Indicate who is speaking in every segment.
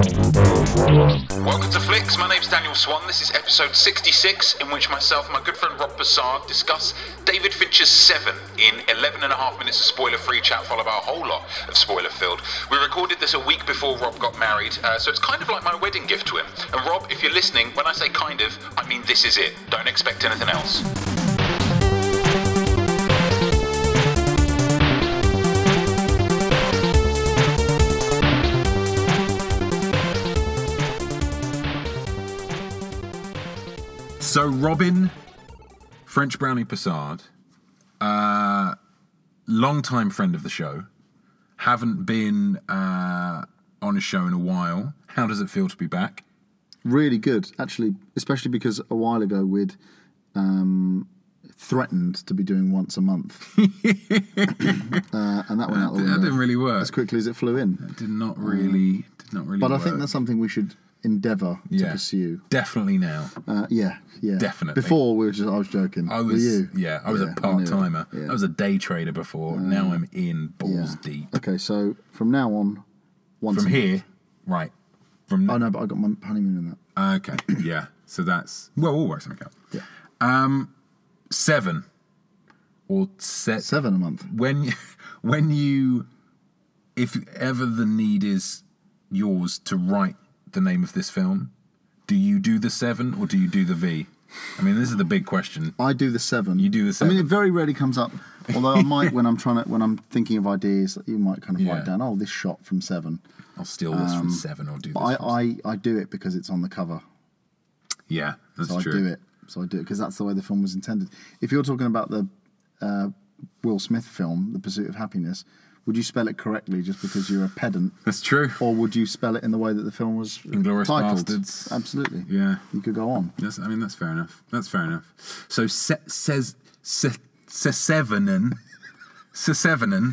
Speaker 1: Welcome to Flicks. My name's Daniel Swan. This is episode 66, in which myself and my good friend Rob Bassard discuss David Fincher's Seven in 11 and a half minutes of spoiler free chat, followed by a whole lot of spoiler filled. We recorded this a week before Rob got married, uh, so it's kind of like my wedding gift to him. And Rob, if you're listening, when I say kind of, I mean this is it. Don't expect anything else. So, Robin, French Brownie Passard, uh,
Speaker 2: uh,
Speaker 1: long-time friend of the show, haven't been uh, on a show in a while. How does it feel to be back?
Speaker 3: Really good, actually, especially because a while ago we'd um, threatened to be doing once a month, uh, and that went
Speaker 2: That
Speaker 3: out the window
Speaker 2: didn't really work.
Speaker 3: as quickly as it flew in.
Speaker 2: Did not really, did not really.
Speaker 3: Mm. But I
Speaker 2: work.
Speaker 3: think that's something we should endeavour to pursue.
Speaker 2: Definitely now.
Speaker 3: Uh, yeah, yeah,
Speaker 2: Definitely.
Speaker 3: Before we were just, I was joking.
Speaker 2: I
Speaker 3: Were
Speaker 2: was,
Speaker 3: you?
Speaker 2: yeah, I was a
Speaker 3: Yeah, I knew
Speaker 2: part
Speaker 3: it.
Speaker 2: timer.
Speaker 3: Yeah. Mm.
Speaker 2: I was a day trader before. now I'm in balls deep.
Speaker 3: Okay, so from now on, once
Speaker 2: From
Speaker 3: a month.
Speaker 2: here, right? From
Speaker 3: Oh no, but I got my honeymoon in that.
Speaker 2: okay, yeah. So that's well, we'll work something out. Um,
Speaker 3: Yeah,
Speaker 2: Seven or set
Speaker 3: seven a month.
Speaker 2: when when you if ever the need is yours to write the name of this film do you do the seven or do you do the v i mean this is the big question
Speaker 3: I do the seven.
Speaker 2: You do the
Speaker 3: I mean,
Speaker 2: seven.
Speaker 3: it very rarely comes up. Although I might, when I'm trying to, when I'm thinking of ideas, you might kind of
Speaker 2: Yeah.
Speaker 3: write down, oh, this shot from seven.
Speaker 2: i'll steal this from seven or do this
Speaker 3: Um, But I,
Speaker 2: from-
Speaker 3: I, I do it because it's on the cover,
Speaker 2: yeah that's
Speaker 3: so
Speaker 2: true
Speaker 3: I do it. So I do it because that's the way the film was intended. If you're talking about the uh, Will Smith film, The Pursuit of Happiness, would you spell it correctly just because you're a pedant,
Speaker 2: that's true
Speaker 3: or would you spell it in the way that the film was
Speaker 2: Inglourious
Speaker 3: titled?
Speaker 2: Basterds.
Speaker 3: Absolutely.
Speaker 2: yeah
Speaker 3: You could go on.
Speaker 2: that's i mean that's fair enough that's fair enough so se- says se- se- sevenin se- sevenin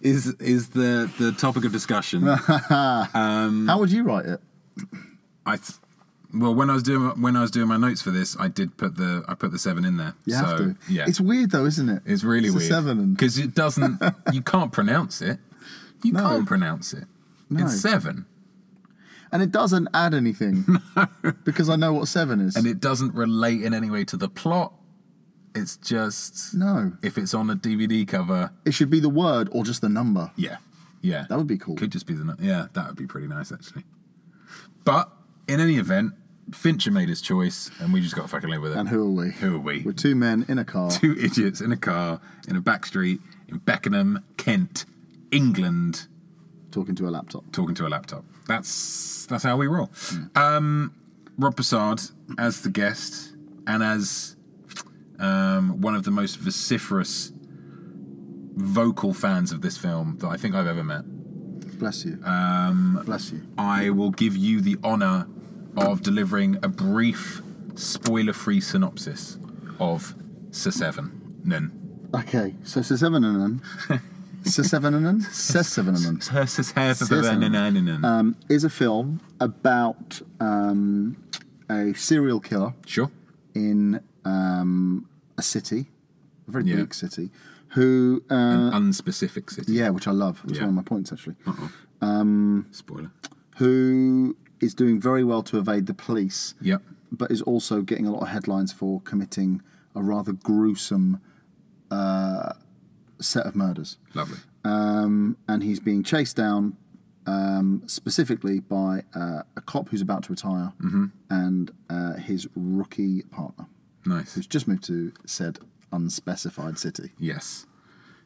Speaker 2: is is the the topic of discussion Mm.
Speaker 3: How would you write it?
Speaker 2: I th- well when I was doing when I was doing my notes for this, I did put the I put the seven in there.
Speaker 3: You
Speaker 2: so,
Speaker 3: have to.
Speaker 2: Yeah,
Speaker 3: It's weird though, isn't it?
Speaker 2: it's really
Speaker 3: it's
Speaker 2: weird.
Speaker 3: A seven and
Speaker 2: because it doesn't. you can't pronounce it. You
Speaker 3: No.
Speaker 2: can't pronounce it.
Speaker 3: No.
Speaker 2: It's seven,
Speaker 3: And it doesn't add anything because I know what seven is.
Speaker 2: and it doesn't relate in any way to the plot. It's just
Speaker 3: no,
Speaker 2: if it's on a DVD cover.
Speaker 3: it should be the word or just the number.
Speaker 2: Yeah, yeah,
Speaker 3: That would be cool.
Speaker 2: Could just be the nu- yeah. That would be pretty nice actually. But in any event, Fincher made his choice, and we just got to fucking live with it.
Speaker 3: And who are we?
Speaker 2: Who are we?
Speaker 3: We're two men in a car.
Speaker 2: two idiots in a car in a back street in Beckenham, Kent, England,
Speaker 3: talking to a laptop.
Speaker 2: talking to a laptop. That's that's how we roll.
Speaker 3: Hmm.
Speaker 2: Um, Rob Passard as the guest and as um, one of the most vociferous vocal fans of this film that I think I've ever met.
Speaker 3: Bless you.
Speaker 2: Um,
Speaker 3: Bless you.
Speaker 2: I will give you the honour of delivering a brief, spoiler-free synopsis of Sir Seven. Then
Speaker 3: Okay, so Sir Seven and then. Sir Seven and then? Sir Seven and then.
Speaker 2: Sir
Speaker 3: Seven. Um, is a film about um, a serial killer
Speaker 2: Sure.
Speaker 3: in um, a city, a very
Speaker 2: Yeah.
Speaker 3: bleak city, who uh,
Speaker 2: unspecific city.
Speaker 3: Yeah, which I love. It's
Speaker 2: Yeah.
Speaker 3: one of my points actually.
Speaker 2: Spoiler.
Speaker 3: Who is doing very well to evade the police,
Speaker 2: Yep.
Speaker 3: but is also getting a lot of headlines for committing a rather gruesome uh, set of murders.
Speaker 2: Lovely.
Speaker 3: Um, and he's being chased down um, specifically by uh, a cop who's about to retire and uh, his rookie partner,
Speaker 2: Nice.
Speaker 3: who's just moved to said unspecified city.
Speaker 2: Yes.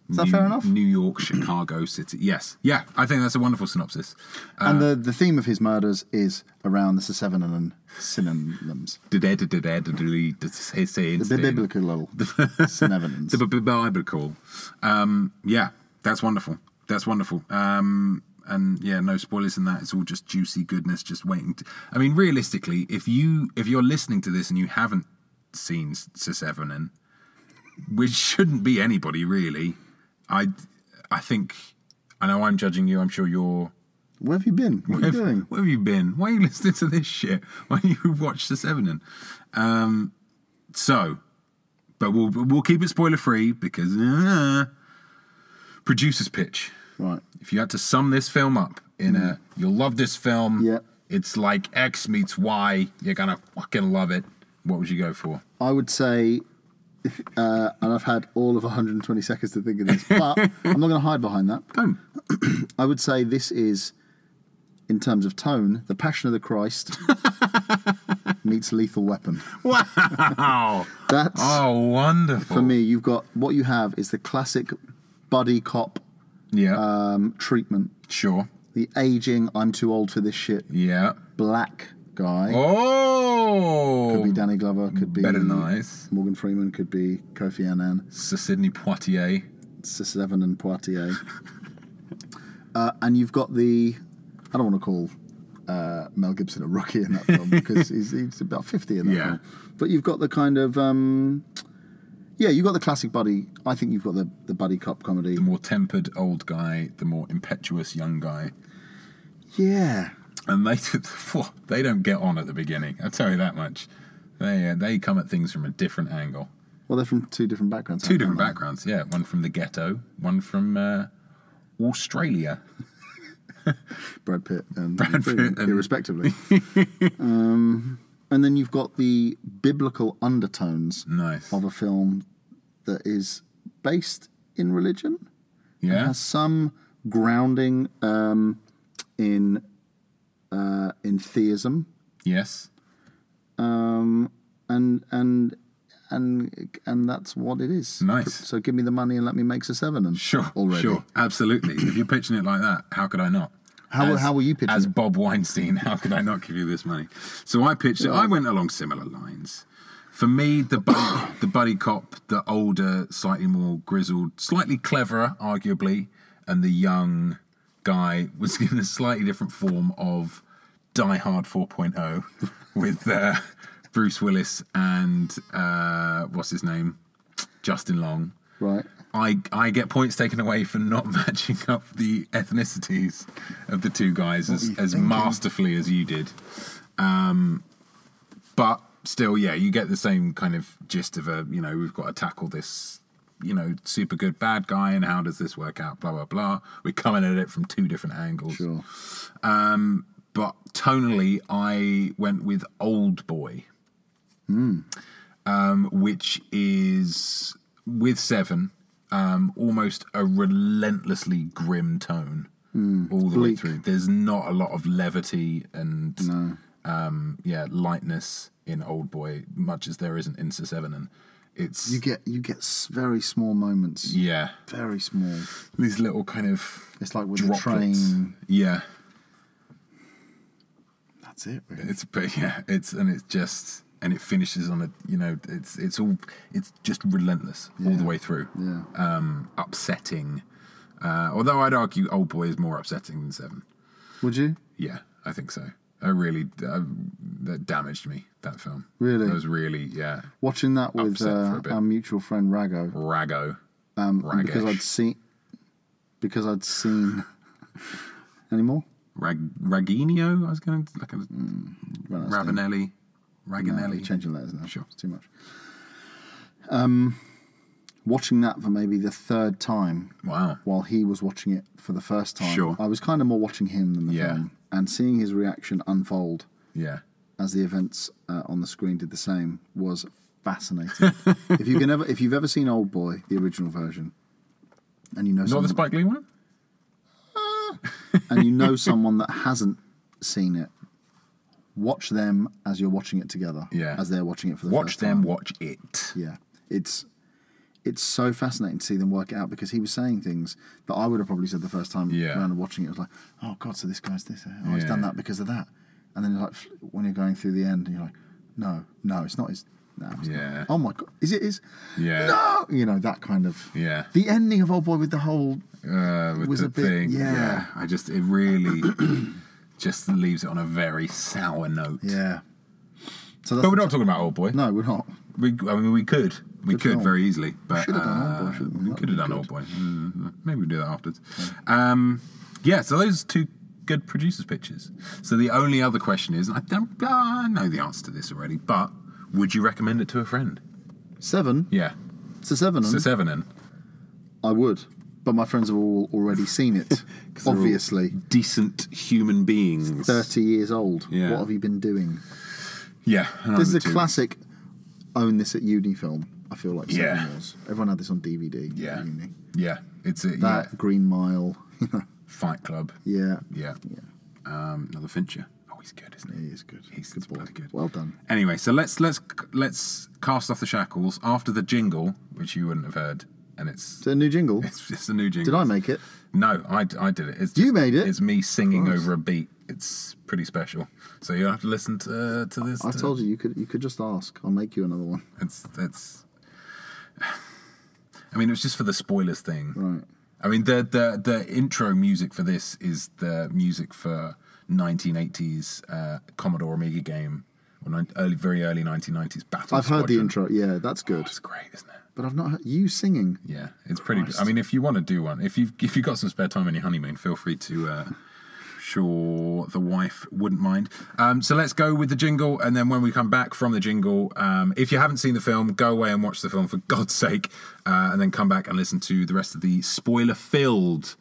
Speaker 3: Is that
Speaker 2: New-
Speaker 3: fair enough?
Speaker 2: New York, Chicago City. Yes. Yeah. I think that's a wonderful synopsis.
Speaker 3: and the, the theme of his murders is around the Sevenanum synonyms. The
Speaker 2: The
Speaker 3: biblical synonyms.
Speaker 2: biblical. Um, yeah, that's wonderful. That's wonderful. Um, and yeah, no spoilers in that. It's all just juicy goodness, just waiting. To, I mean, realistically, if you if you're listening to this and you haven't seen Sevenin, which shouldn't be anybody really, I I think I know I'm judging you. I'm sure you're
Speaker 3: Where have you been? What are you
Speaker 2: If-
Speaker 3: doing?
Speaker 2: Where have you been? Why are you listening to this shit? Why do you watch this Evening? Um, so, but we'll we'll keep it spoiler free because uh, producers pitch.
Speaker 3: Right.
Speaker 2: If you had to sum this film up in a, you'll love this film.
Speaker 3: Yeah.
Speaker 2: It's like X meets Y. You're gonna fucking love it. What would you go for?
Speaker 3: I would say, uh, and I've had all of 120 seconds to think of this, but I'm not going to hide behind that.
Speaker 2: Tone.
Speaker 3: I would say this is, in terms of tone, The Passion of the Christ meets Lethal Weapon.
Speaker 2: Wow.
Speaker 3: That's
Speaker 2: oh, wonderful.
Speaker 3: for me. You've got what you have is the classic buddy cop
Speaker 2: Yeah.
Speaker 3: um, treatment.
Speaker 2: sure.
Speaker 3: The aging, I'm too old for this shit,
Speaker 2: Yeah.
Speaker 3: black guy.
Speaker 2: Oh.
Speaker 3: Could be Danny Glover. Could be
Speaker 2: Better nice.
Speaker 3: Morgan Freeman. Could be Kofi Annan.
Speaker 2: Sir Sidney Poitier.
Speaker 3: Seven and Poitier. uh, and you've got the, I don't want to call uh, Mel Gibson a rookie in that film because he's, he's about 50 in that
Speaker 2: Yeah.
Speaker 3: film. But you've got the kind of, um, yeah, you've got the classic buddy. I think you've got the, the buddy cop comedy.
Speaker 2: The more tempered old guy, the more impetuous young guy.
Speaker 3: Yeah.
Speaker 2: and they phew, they don't get on at the beginning. I tell you that much. They uh, they come at things from a different angle.
Speaker 3: Well, they're from two different backgrounds.
Speaker 2: Two
Speaker 3: aren't
Speaker 2: different
Speaker 3: they?
Speaker 2: backgrounds, yeah. One from the ghetto, one from uh, Australia.
Speaker 3: Brad Pitt and
Speaker 2: Brad Pitt
Speaker 3: Freeman,
Speaker 2: and-
Speaker 3: irrespectively. um, and then you've got the biblical undertones
Speaker 2: Nice.
Speaker 3: of a film that is based in religion.
Speaker 2: Yeah.
Speaker 3: has some grounding um, in uh, in theism
Speaker 2: Yes.
Speaker 3: and and and and that's what it is.
Speaker 2: Nice.
Speaker 3: So give me the money and let me make a seven. And
Speaker 2: Sure.
Speaker 3: Already.
Speaker 2: Sure. Absolutely. if you're pitching it like that, how could I not?
Speaker 3: How- how were you pitching
Speaker 2: As
Speaker 3: it?
Speaker 2: Bob Weinstein, how could I not give you this money? So I pitched it. I went along similar lines. For me, the buddy, the buddy cop, the older, slightly more grizzled, slightly cleverer, arguably, and the young guy was given a slightly different form of Die Hard 4.0 with uh, Bruce Willis and uh, what's his name, Justin Long.
Speaker 3: Right.
Speaker 2: I, I get points taken away for not matching up the ethnicities of the two guys as, as masterfully as you did. Um, but still, yeah, you get the same kind of gist of a, you know, we've got to tackle this, you know, super good bad guy and how does this work out, blah, blah, blah. We're coming at it from two different angles.
Speaker 3: Sure.
Speaker 2: But tonally, I went with Old Boy, Hmm. um, which is with Seven, um, almost a relentlessly grim tone all the way
Speaker 3: Bleak.
Speaker 2: through. There's not a lot of levity and um, yeah lightness in Old Boy, much as there isn't in Sir Seven, and it's
Speaker 3: You get you get s- very small moments.
Speaker 2: yeah
Speaker 3: Very small.
Speaker 2: these little kind of
Speaker 3: It's like with
Speaker 2: droplets.
Speaker 3: the train.
Speaker 2: Yeah,
Speaker 3: That's it. Really.
Speaker 2: It's but yeah, it's and it's just and it finishes on a you know it's it's all it's just relentless all the way through.
Speaker 3: Yeah.
Speaker 2: Um, upsetting. Uh, although I'd argue Old Boy is more upsetting than Seven.
Speaker 3: Would you?
Speaker 2: Yeah, I think so. I really uh, that damaged me that film.
Speaker 3: Really?
Speaker 2: I was really yeah
Speaker 3: Watching that with
Speaker 2: Upset for
Speaker 3: uh,
Speaker 2: a bit.
Speaker 3: our mutual friend Rago.
Speaker 2: rago.
Speaker 3: Um, and because
Speaker 2: Ragesh.
Speaker 3: I'd seen. Because I'd seen. anymore.
Speaker 2: Rag Raginio. I was going to like a
Speaker 3: Mm,
Speaker 2: Ravenelli, Raganelli.
Speaker 3: Changing letters now.
Speaker 2: Sure.
Speaker 3: It's too much. Um, watching that for maybe the third time
Speaker 2: wow.
Speaker 3: while he was watching it for the first time.
Speaker 2: Sure.
Speaker 3: I was kind of more watching him than the
Speaker 2: Yeah.
Speaker 3: film. And seeing his reaction unfold
Speaker 2: Yeah.
Speaker 3: as the events uh, on the screen did the same was fascinating. if you can ever if you've ever seen Old Boy, the original version, and you know
Speaker 2: Not
Speaker 3: someone,
Speaker 2: the Spike Lee one.
Speaker 3: and you know someone that hasn't seen it, watch them as you're watching it together.
Speaker 2: Yeah.
Speaker 3: As they're watching it for the
Speaker 2: Watch
Speaker 3: first time.
Speaker 2: them. Watch it.
Speaker 3: Yeah, it's it's so fascinating to see them work it out because he was saying things that I would have probably said the first time
Speaker 2: Yeah.
Speaker 3: around and watching it. It was like, oh god, so this guy's this. Oh, he's
Speaker 2: Yeah.
Speaker 3: done that because of that. And then like fl- when you're going through the end, and you're like, no, no, it's not his. No, it's not.
Speaker 2: Yeah.
Speaker 3: Oh my god, is it his?
Speaker 2: Yeah.
Speaker 3: No, you know that kind of.
Speaker 2: Yeah.
Speaker 3: The ending of Old Boy with the whole.
Speaker 2: uh, with
Speaker 3: was
Speaker 2: the
Speaker 3: a bit-
Speaker 2: thing.
Speaker 3: yeah.
Speaker 2: I just it really just leaves it on a very sour note.
Speaker 3: Yeah. So that's
Speaker 2: But we're
Speaker 3: the
Speaker 2: not talking about old boy.
Speaker 3: t- no, we're not.
Speaker 2: We, I mean, we could, we
Speaker 3: Good
Speaker 2: could
Speaker 3: film.
Speaker 2: very easily, but
Speaker 3: Should've done Old Boy,
Speaker 2: uh,
Speaker 3: shouldn't we?
Speaker 2: we
Speaker 3: That'd
Speaker 2: could have
Speaker 3: be
Speaker 2: done
Speaker 3: good.
Speaker 2: old boy. Mm, Maybe we do that afterwards. Um, yeah. So those two good producers' pitches. So the only other question is, and I don't, uh, I know the answer to this already, but would you recommend it to a friend?
Speaker 3: Seven.
Speaker 2: Yeah.
Speaker 3: Hmm? It's a seven.
Speaker 2: So seven in.
Speaker 3: I would. but my friends have all already seen it. obviously,
Speaker 2: Decent human beings.
Speaker 3: thirty years old.
Speaker 2: Yeah.
Speaker 3: What have you been doing?
Speaker 2: Yeah. and
Speaker 3: This is
Speaker 2: I'm
Speaker 3: a
Speaker 2: too.
Speaker 3: classic. Own this at uni film. I feel like Seven
Speaker 2: Yeah.
Speaker 3: was. Everyone had this on DVD. at
Speaker 2: Yeah.
Speaker 3: uni.
Speaker 2: Yeah. It's a yeah,
Speaker 3: That Green Mile. you know.
Speaker 2: Fight Club.
Speaker 3: yeah,
Speaker 2: Yeah. Um, another Fincher. Oh, he's good, isn't he?
Speaker 3: he is good.
Speaker 2: He's
Speaker 3: good boy.
Speaker 2: bloody good.
Speaker 3: Well done.
Speaker 2: Anyway, so let's let's let's cast off the shackles after the jingle, which you wouldn't have heard, and it's
Speaker 3: So a new jingle.
Speaker 2: it's just a new jingle.
Speaker 3: Did I make it?
Speaker 2: No, I, I did it. It's
Speaker 3: You
Speaker 2: just-
Speaker 3: made it?
Speaker 2: It's me singing over a beat. It's pretty special. So you'll have to listen to to this.
Speaker 3: I
Speaker 2: to-
Speaker 3: told you you could you could just ask. I'll make you another one.
Speaker 2: It's that's. I mean, it was just for the spoilers thing.
Speaker 3: Right.
Speaker 2: I mean, the the the intro music for this is the music for 1980s uh, Commodore Amiga game, or nine early, very early 1990s Battle.
Speaker 3: I've heard the
Speaker 2: Squadron.
Speaker 3: intro. Yeah, that's
Speaker 2: Oh,
Speaker 3: good.
Speaker 2: it's great, isn't it?
Speaker 3: But I've not heard you singing.
Speaker 2: Yeah, it's pretty. I mean, if you want to do one, if you've if you've got some spare time on your honeymoon, feel free to. Uh, sure, the wife wouldn't mind. Um, so let's go with the jingle, and then when we come back from the jingle, um, if you haven't seen the film, go away and watch the film for God's sake, uh, and then come back and listen to the rest of the spoiler-filled,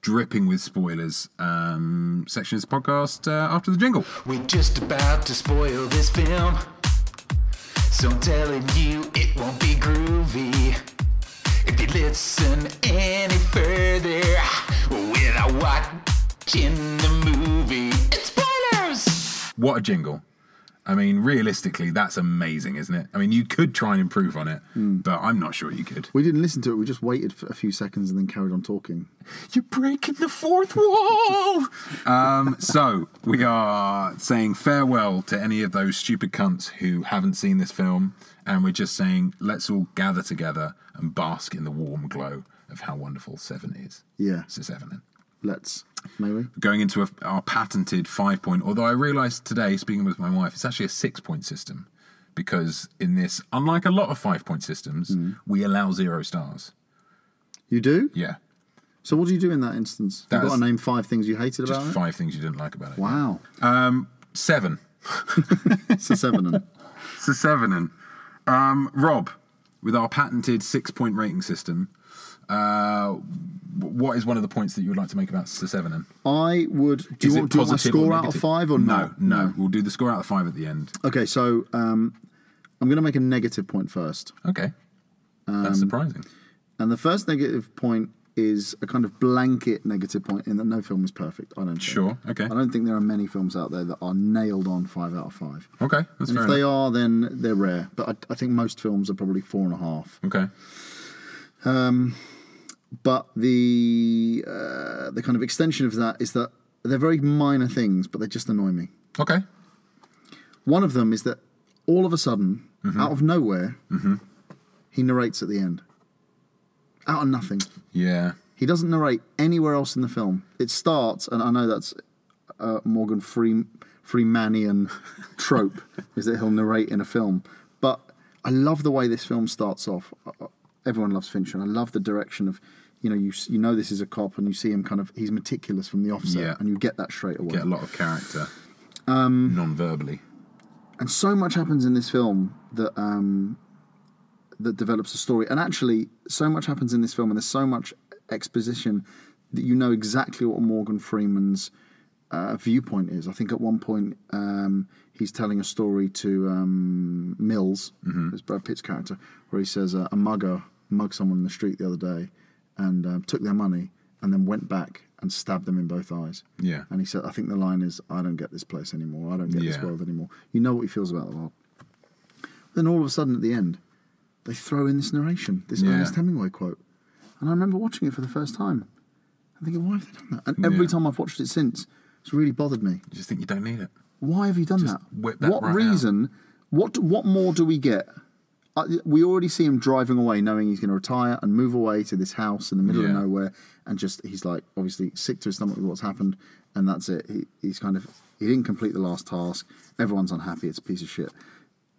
Speaker 2: dripping with spoilers um, section of this podcast uh, after the jingle.
Speaker 4: We're just about to spoil this film. So I'm telling you, it won't be groovy. If you listen any further without watching the movie, it's spoilers!
Speaker 2: What a jingle. I mean, realistically, that's amazing, isn't it? I mean, you could try and improve on it, but I'm not sure you could.
Speaker 3: We didn't listen to it. We just waited for a few seconds and then carried on talking.
Speaker 2: You're breaking the fourth wall. um, so we are saying farewell to any of those stupid cunts who haven't seen this film, and we're just saying let's all gather together and bask in the warm glow of how wonderful Seven is.
Speaker 3: Yeah.
Speaker 2: So Seven then.
Speaker 3: Let's, may we?
Speaker 2: Going into a, our patented five point, although I realised today, speaking with my wife, it's actually a six point system because in this, unlike a lot of five point systems, we allow zero stars.
Speaker 3: You do?
Speaker 2: Yeah,
Speaker 3: So what do you do in that instance?
Speaker 2: That
Speaker 3: You've got
Speaker 2: was-
Speaker 3: to name five things you hated
Speaker 2: just
Speaker 3: about it?
Speaker 2: five things you didn't like about it.
Speaker 3: Wow.
Speaker 2: Seven.
Speaker 3: It's a seven. and-
Speaker 2: It's a seven. And um, Rob, with our patented six-point rating system, uh, w- what is one of the points that you would like to make about the seven? And
Speaker 3: I would, do you want to do my score out of five or
Speaker 2: no,
Speaker 3: not?
Speaker 2: no? We'll do the score out of five at the end.
Speaker 3: Okay, so um, I'm going to make a negative point first.
Speaker 2: Okay,
Speaker 3: Um,
Speaker 2: that's surprising.
Speaker 3: And the first negative point is a kind of blanket negative point in that no film is perfect. I don't think.
Speaker 2: Sure, okay.
Speaker 3: I don't think there are many films out there that are nailed on five out of five.
Speaker 2: Okay, that's
Speaker 3: And
Speaker 2: fair
Speaker 3: if
Speaker 2: enough.
Speaker 3: they are, then they're rare. But I, I think most films are probably four and a half.
Speaker 2: okay,
Speaker 3: But the uh, the kind of extension of that is that they're very minor things, but they just annoy me.
Speaker 2: okay,
Speaker 3: One of them is that all of a sudden, out of nowhere, he narrates at the end. Out of nothing.
Speaker 2: yeah,
Speaker 3: He doesn't narrate anywhere else in the film. It starts, and I know that's a Morgan Freem- Freemanian trope, is that he'll narrate in a film. But I love the way this film starts off. Uh, Everyone loves Fincher, and I love the direction of, you know, you s- you know this is a cop, and you see him kind of he's meticulous from the offset,
Speaker 2: Yeah.
Speaker 3: and you get that straight away.
Speaker 2: get a lot of character,
Speaker 3: Um,
Speaker 2: non-verbally.
Speaker 3: and so much happens in this film that um, that develops a story. And actually, so much happens in this film, and there's so much exposition that you know exactly what Morgan Freeman's uh, viewpoint is. I think at one point um, he's telling a story to um, Mills, it's Brad Pitt's character, where he says uh, a mugger mugged someone in the street the other day and um, took their money and then went back and stabbed them in both eyes.
Speaker 2: Yeah.
Speaker 3: And he said, I think the line is, I don't get this place anymore. I don't get this
Speaker 2: Yeah.
Speaker 3: world anymore. You know what he feels about the world. Then all of a sudden at the end, they throw in this narration, this
Speaker 2: Yeah.
Speaker 3: Ernest Hemingway quote. And I remember watching it for the first time. I'm thinking, why have they done that? And every
Speaker 2: Yeah.
Speaker 3: time I've watched it since, it's really bothered me.
Speaker 2: You just think you don't need it.
Speaker 3: Why have you done
Speaker 2: Just
Speaker 3: that?
Speaker 2: whip that
Speaker 3: What
Speaker 2: right
Speaker 3: reason? What what more do we get? I, we already see him driving away, knowing he's going to retire and move away to this house in the middle
Speaker 2: Yeah.
Speaker 3: of nowhere, and just he's like obviously sick to his stomach with what's happened, and that's it. He, he's kind of he didn't complete the last task. Everyone's unhappy. It's a piece of shit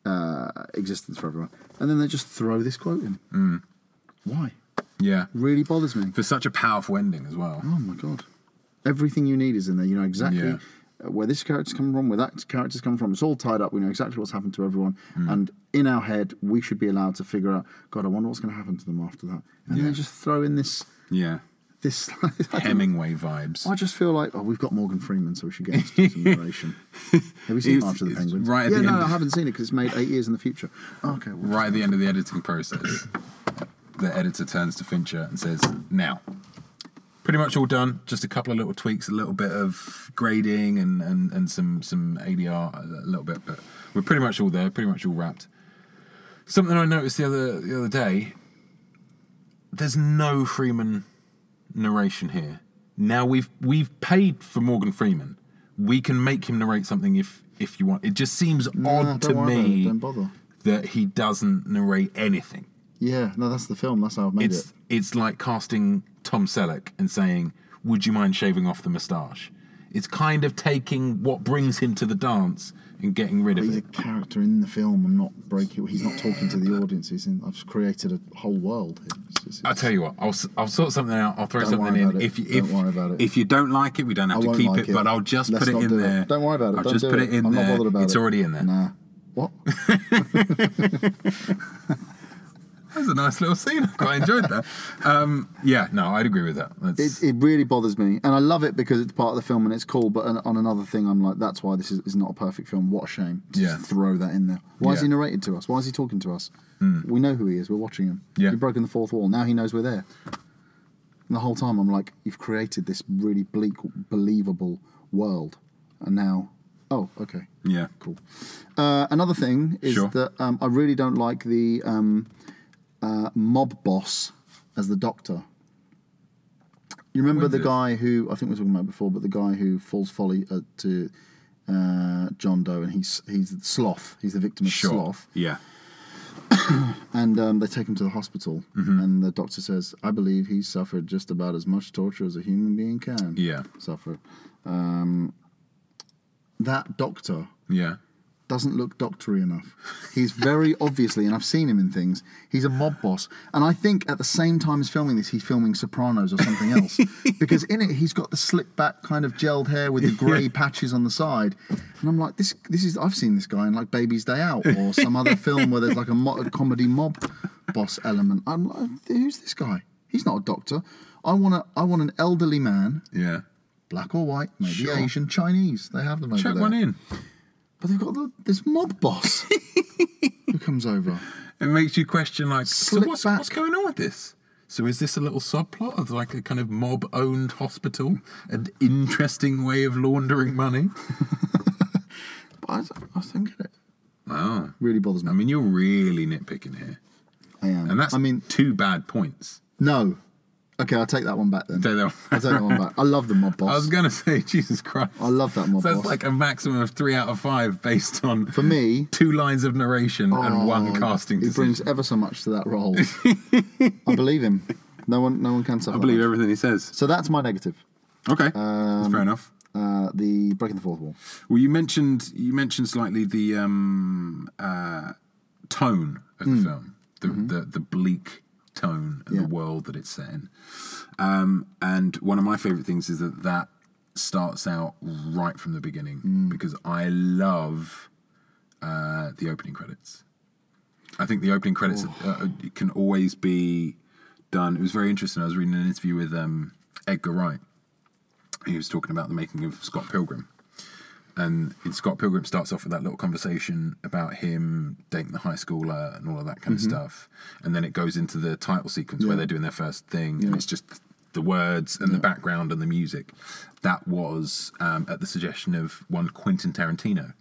Speaker 3: uh, existence for everyone, and then they just throw this quote in.
Speaker 2: Mm.
Speaker 3: Why?
Speaker 2: Yeah,
Speaker 3: Really bothers me.
Speaker 2: for such a powerful ending as well.
Speaker 3: Oh my god! Everything you need is in there. You know exactly
Speaker 2: Yeah.
Speaker 3: uh, where this character's coming from, where that character's coming from. It's all tied up. We know exactly what's happened to everyone.
Speaker 2: Hmm.
Speaker 3: And in our head, we should be allowed to figure out, God, I wonder what's going to happen to them after that. And they just throw in this.
Speaker 2: Yeah.
Speaker 3: this
Speaker 2: Hemingway vibes.
Speaker 3: I just feel like, oh, we've got Morgan Freeman, so we should get into some narration. Have you seen
Speaker 2: It's-
Speaker 3: March of the
Speaker 2: it's
Speaker 3: Penguins?
Speaker 2: right at
Speaker 3: yeah,
Speaker 2: the
Speaker 3: no,
Speaker 2: end.
Speaker 3: I haven't seen it because it's made eight years in the future. Okay, well,
Speaker 2: Right at the end of the editing process, the editor turns to Fincher and says, Now, pretty much all done. Just a couple of little tweaks, a little bit of grading and, and, and some, some ADR, a little bit, but we're pretty much all there, pretty much all wrapped. Something I noticed the other the other day, there's no Freeman narration here. Now we've we've paid for Morgan Freeman. We can make him narrate something if if you want. It just seems
Speaker 3: don't
Speaker 2: odd to
Speaker 3: worry about it,
Speaker 2: me
Speaker 3: don't bother.
Speaker 2: that he doesn't narrate anything.
Speaker 3: Yeah, no, that's the film. That's how I've made
Speaker 2: It's
Speaker 3: it.
Speaker 2: it's like casting Tom Selleck and saying, "Would you mind shaving off the moustache?" It's kind of taking what brings him to the dance and getting rid of
Speaker 3: He's a
Speaker 2: it.
Speaker 3: character in the film. I'm not breaking. He's not talking to the audience. He's in, I've just created a whole world. here. It's- it's-
Speaker 2: I'll tell you what. I'll, s- I'll sort something out. I'll throw
Speaker 3: Don't
Speaker 2: something
Speaker 3: worry
Speaker 2: in.
Speaker 3: about it.
Speaker 2: If you,
Speaker 3: Don't
Speaker 2: if,
Speaker 3: worry about it.
Speaker 2: if you don't like it, we don't have
Speaker 3: I
Speaker 2: to
Speaker 3: won't
Speaker 2: keep
Speaker 3: like
Speaker 2: it, But I'll just
Speaker 3: Let's
Speaker 2: put
Speaker 3: not
Speaker 2: it in
Speaker 3: do
Speaker 2: there.
Speaker 3: Don't worry about it.
Speaker 2: I'll
Speaker 3: Don't
Speaker 2: just
Speaker 3: do
Speaker 2: put
Speaker 3: it,
Speaker 2: it, in
Speaker 3: I'm
Speaker 2: there.
Speaker 3: not bothered about
Speaker 2: it's
Speaker 3: it.
Speaker 2: already in there.
Speaker 3: Nah. What?
Speaker 2: That was a nice little scene. I quite enjoyed that. Um, yeah, no, I'd agree with that. That's,
Speaker 3: It, it really bothers me, and I love it because it's part of the film and it's cool. But on, on another thing, I'm like, that's why this is, is not a perfect film. What a shame to
Speaker 2: Yeah.
Speaker 3: just throw that in there. Why
Speaker 2: Yeah.
Speaker 3: is
Speaker 2: Hmm.
Speaker 3: he narrated to us? Why is he talking to us? We know who he is. We're watching him.
Speaker 2: Yeah.
Speaker 3: He's broken the fourth wall. Now he knows we're there. And the whole time, I'm like, you've created this really bleak, believable world, and now, oh, okay.
Speaker 2: yeah,
Speaker 3: Cool. Uh, another thing is
Speaker 2: Sure.
Speaker 3: that um, I really don't like the um, uh, mob boss as the doctor. You remember
Speaker 2: When's
Speaker 3: the
Speaker 2: this?
Speaker 3: guy who I think we were talking about before, but the guy who falls folly uh, to uh, John Doe, and he's he's sloth. He's the victim of
Speaker 2: sure.
Speaker 3: sloth,
Speaker 2: Yeah,
Speaker 3: and um, they take him to the hospital,
Speaker 2: Mm-hmm.
Speaker 3: and the doctor says, "I believe he suffered just about as much torture as a human being can
Speaker 2: Yeah.
Speaker 3: suffer." Um, that doctor
Speaker 2: yeah.
Speaker 3: doesn't look doctory enough. He's very obviously, and I've seen him in things, he's a mob boss. And I think at the same time as filming this, he's filming Sopranos or something else. because in it, he's got the slick back kind of gelled hair with the grey patches on the side. And I'm like, this this is, I've seen this guy in like Baby's Day Out or some other film where there's like a, mo- a comedy mob boss element. I'm like, who's this guy? He's not a doctor. I want, a, I want an elderly man,
Speaker 2: Yeah.
Speaker 3: black or white, maybe
Speaker 2: Sure.
Speaker 3: Asian, Chinese. They have them over
Speaker 2: Check
Speaker 3: there.
Speaker 2: one in.
Speaker 3: But they've got the, this mob boss who comes over.
Speaker 2: It makes you question, like, so
Speaker 3: Slip
Speaker 2: what's,
Speaker 3: back.
Speaker 2: what's going on with this? So is this a little subplot of like a kind of mob-owned hospital? An interesting way of laundering money?
Speaker 3: But I, I don't get it.
Speaker 2: Wow.
Speaker 3: Really bothers me.
Speaker 2: I mean, you're really nitpicking here,
Speaker 3: I am.
Speaker 2: and that's
Speaker 3: I mean,
Speaker 2: two bad points.
Speaker 3: no. Okay, I'll take that one back then.
Speaker 2: Take that one
Speaker 3: I'll take that one back. I love the mob boss.
Speaker 2: I was gonna say, Jesus Christ.
Speaker 3: I love that mob
Speaker 2: So that's
Speaker 3: boss.
Speaker 2: like a maximum of three out of five based on
Speaker 3: For me,
Speaker 2: two lines of narration and one
Speaker 3: oh,
Speaker 2: casting
Speaker 3: He
Speaker 2: decision.
Speaker 3: brings ever so much to that role. I believe him. No one, no one can suffer.
Speaker 2: I believe
Speaker 3: that much.
Speaker 2: everything he says.
Speaker 3: So that's my negative.
Speaker 2: Okay, that's fair enough.
Speaker 3: Uh, the breaking the fourth wall.
Speaker 2: Well, you mentioned you mentioned slightly the um, uh, tone of the film, the, the the bleak tone and
Speaker 3: Yeah.
Speaker 2: the world that it's set in. Um, and one of my favorite things is that that starts out right from the beginning because I love uh, the opening credits. I think the opening credits uh, it can always be done. It was very interesting. I was reading an interview with um, Edgar Wright. He was talking about the making of Scott Pilgrim. And in Scott Pilgrim starts off with that little conversation about him dating the high schooler and all of that kind of stuff. And then it goes into the title sequence where they're doing their first thing and it's just the words and the background and the music. That was um, at the suggestion of one Quentin Tarantino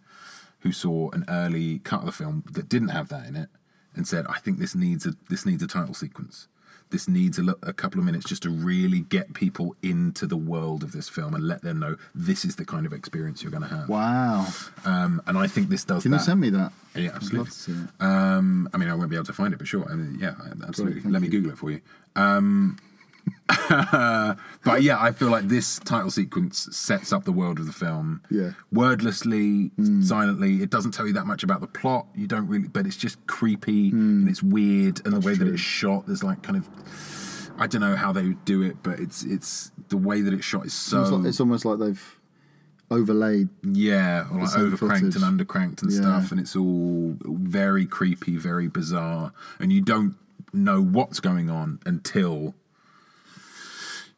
Speaker 2: who saw an early cut of the film that didn't have that in it and said, "I think this needs a this needs a title sequence. This needs a, lo- a couple of minutes just to really get people into the world of this film and let them know this is the kind of experience you're going to have."
Speaker 3: Wow.
Speaker 2: Um, and I think this does
Speaker 3: Can
Speaker 2: that.
Speaker 3: you send me that?
Speaker 2: Yeah,
Speaker 3: I'd
Speaker 2: absolutely.
Speaker 3: love to see it.
Speaker 2: Um, I mean, I won't be able to find it, but sure. I mean, yeah, absolutely.
Speaker 3: thank
Speaker 2: Let me Google it for you. Um, but yeah, I feel like this title sequence sets up the world of the film.
Speaker 3: Yeah. Hmm.
Speaker 2: Wordlessly, silently. It doesn't tell you that much about the plot. You don't really, but it's just creepy
Speaker 3: Hmm.
Speaker 2: and it's weird. And the way that it's shot, there's like kind of. I don't know how they do it, but it's it's the way that it's shot is so
Speaker 3: It's, like, it's almost like they've overlaid.
Speaker 2: Yeah, or like
Speaker 3: same
Speaker 2: overcranked
Speaker 3: footage.
Speaker 2: and undercranked and
Speaker 3: Yeah.
Speaker 2: stuff, and it's all very creepy, very bizarre, and you don't know what's going on until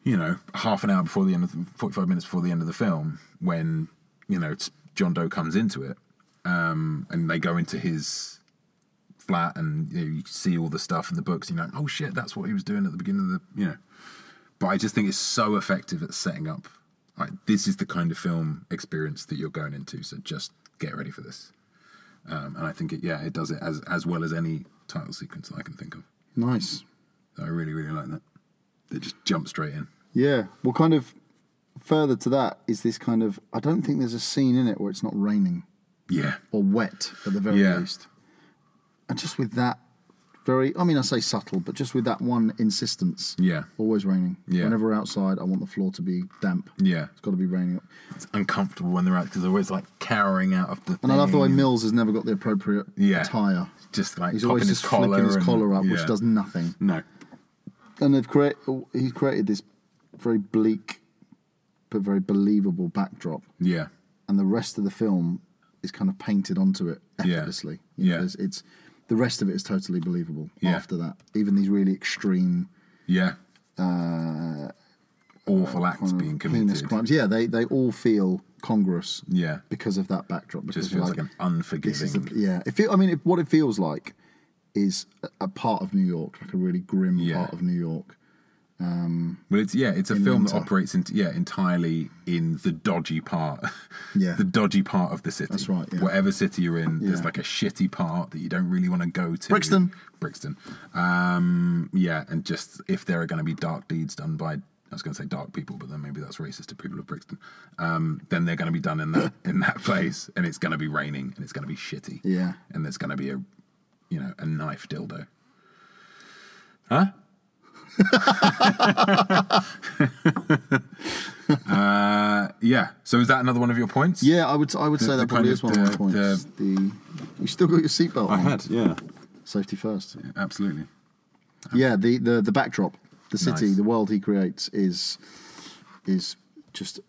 Speaker 2: you know half an hour before the end of the, forty-five minutes before the end of the film when you know it's John Doe comes into it, um, and they go into his flat, and you, know, you see all the stuff in the books, and you're like, oh shit, that's what he was doing at the beginning of the you know but I just think it's so effective at setting up. Like, this is the kind of film experience that you're going into, so just get ready for this. Um, and I think it, yeah, it does it as as well as any title sequence I can think of.
Speaker 3: Nice.
Speaker 2: So I really, really like that. It just jumps straight in.
Speaker 3: Yeah. Well, kind of further to that is this kind of. I don't think there's a scene in it where it's not raining
Speaker 2: Yeah,
Speaker 3: or wet at the very
Speaker 2: Yeah.
Speaker 3: least. And just with that very. I mean, I say subtle, but just with that one insistence.
Speaker 2: Yeah.
Speaker 3: Always raining.
Speaker 2: Yeah.
Speaker 3: Whenever we're outside, I want the floor to be damp.
Speaker 2: yeah.
Speaker 3: It's got to be raining.
Speaker 2: It's uncomfortable when they're out because they're always like cowering out of the.
Speaker 3: And I love the
Speaker 2: thing
Speaker 3: way
Speaker 2: and
Speaker 3: Mills has never got the appropriate
Speaker 2: Yeah.
Speaker 3: attire.
Speaker 2: just like
Speaker 3: He's
Speaker 2: popping
Speaker 3: always
Speaker 2: his
Speaker 3: just flicking his
Speaker 2: and-
Speaker 3: collar up,
Speaker 2: yeah.
Speaker 3: which does nothing.
Speaker 2: no.
Speaker 3: and they've create he's created this very bleak but very believable backdrop
Speaker 2: Yeah,
Speaker 3: and the rest of the film is kind of painted onto it
Speaker 2: Yeah.
Speaker 3: effortlessly
Speaker 2: Yeah.
Speaker 3: there's- it's the rest of it is totally believable
Speaker 2: Yeah.
Speaker 3: after that even these really extreme
Speaker 2: yeah. Awful acts being
Speaker 3: Uh, heinous
Speaker 2: committed.
Speaker 3: crimes yeah they they all feel congruous
Speaker 2: Yeah,
Speaker 3: because of that backdrop because
Speaker 2: just feels
Speaker 3: like
Speaker 2: like an unforgiving.
Speaker 3: this is the, yeah it feel, i mean it, what it feels like is a- a part of new york like a really grim
Speaker 2: Yeah.
Speaker 3: part of new york
Speaker 2: Well, it's yeah, it's a film that
Speaker 3: winter.
Speaker 2: operates in, yeah entirely in the dodgy part,
Speaker 3: Yeah.
Speaker 2: the dodgy part of the city.
Speaker 3: That's right, yeah.
Speaker 2: Whatever city you're in, there's
Speaker 3: Yeah.
Speaker 2: like a shitty part that you don't really want to go to.
Speaker 3: Brixton.
Speaker 2: Brixton. Um, yeah, and just if there are going to be dark deeds done by, I was going to say dark people, but then maybe that's racist to people of Brixton. Um, then they're going to be done in that in that place, and it's going to be raining, and it's going to be shitty.
Speaker 3: Yeah.
Speaker 2: and there's going to be a, you know, a knife dildo. Uh, Yeah. So is that another one of your points?
Speaker 3: Yeah, I would. I would say
Speaker 2: the
Speaker 3: that probably
Speaker 2: kind
Speaker 3: is
Speaker 2: of-
Speaker 3: one of my
Speaker 2: the-
Speaker 3: points.
Speaker 2: the-
Speaker 3: The, you still got your seatbelt on.
Speaker 2: Yeah.
Speaker 3: Safety first. Yeah.
Speaker 2: Absolutely.
Speaker 3: the, the the backdrop, the city,
Speaker 2: Nice.
Speaker 3: the world he creates is is just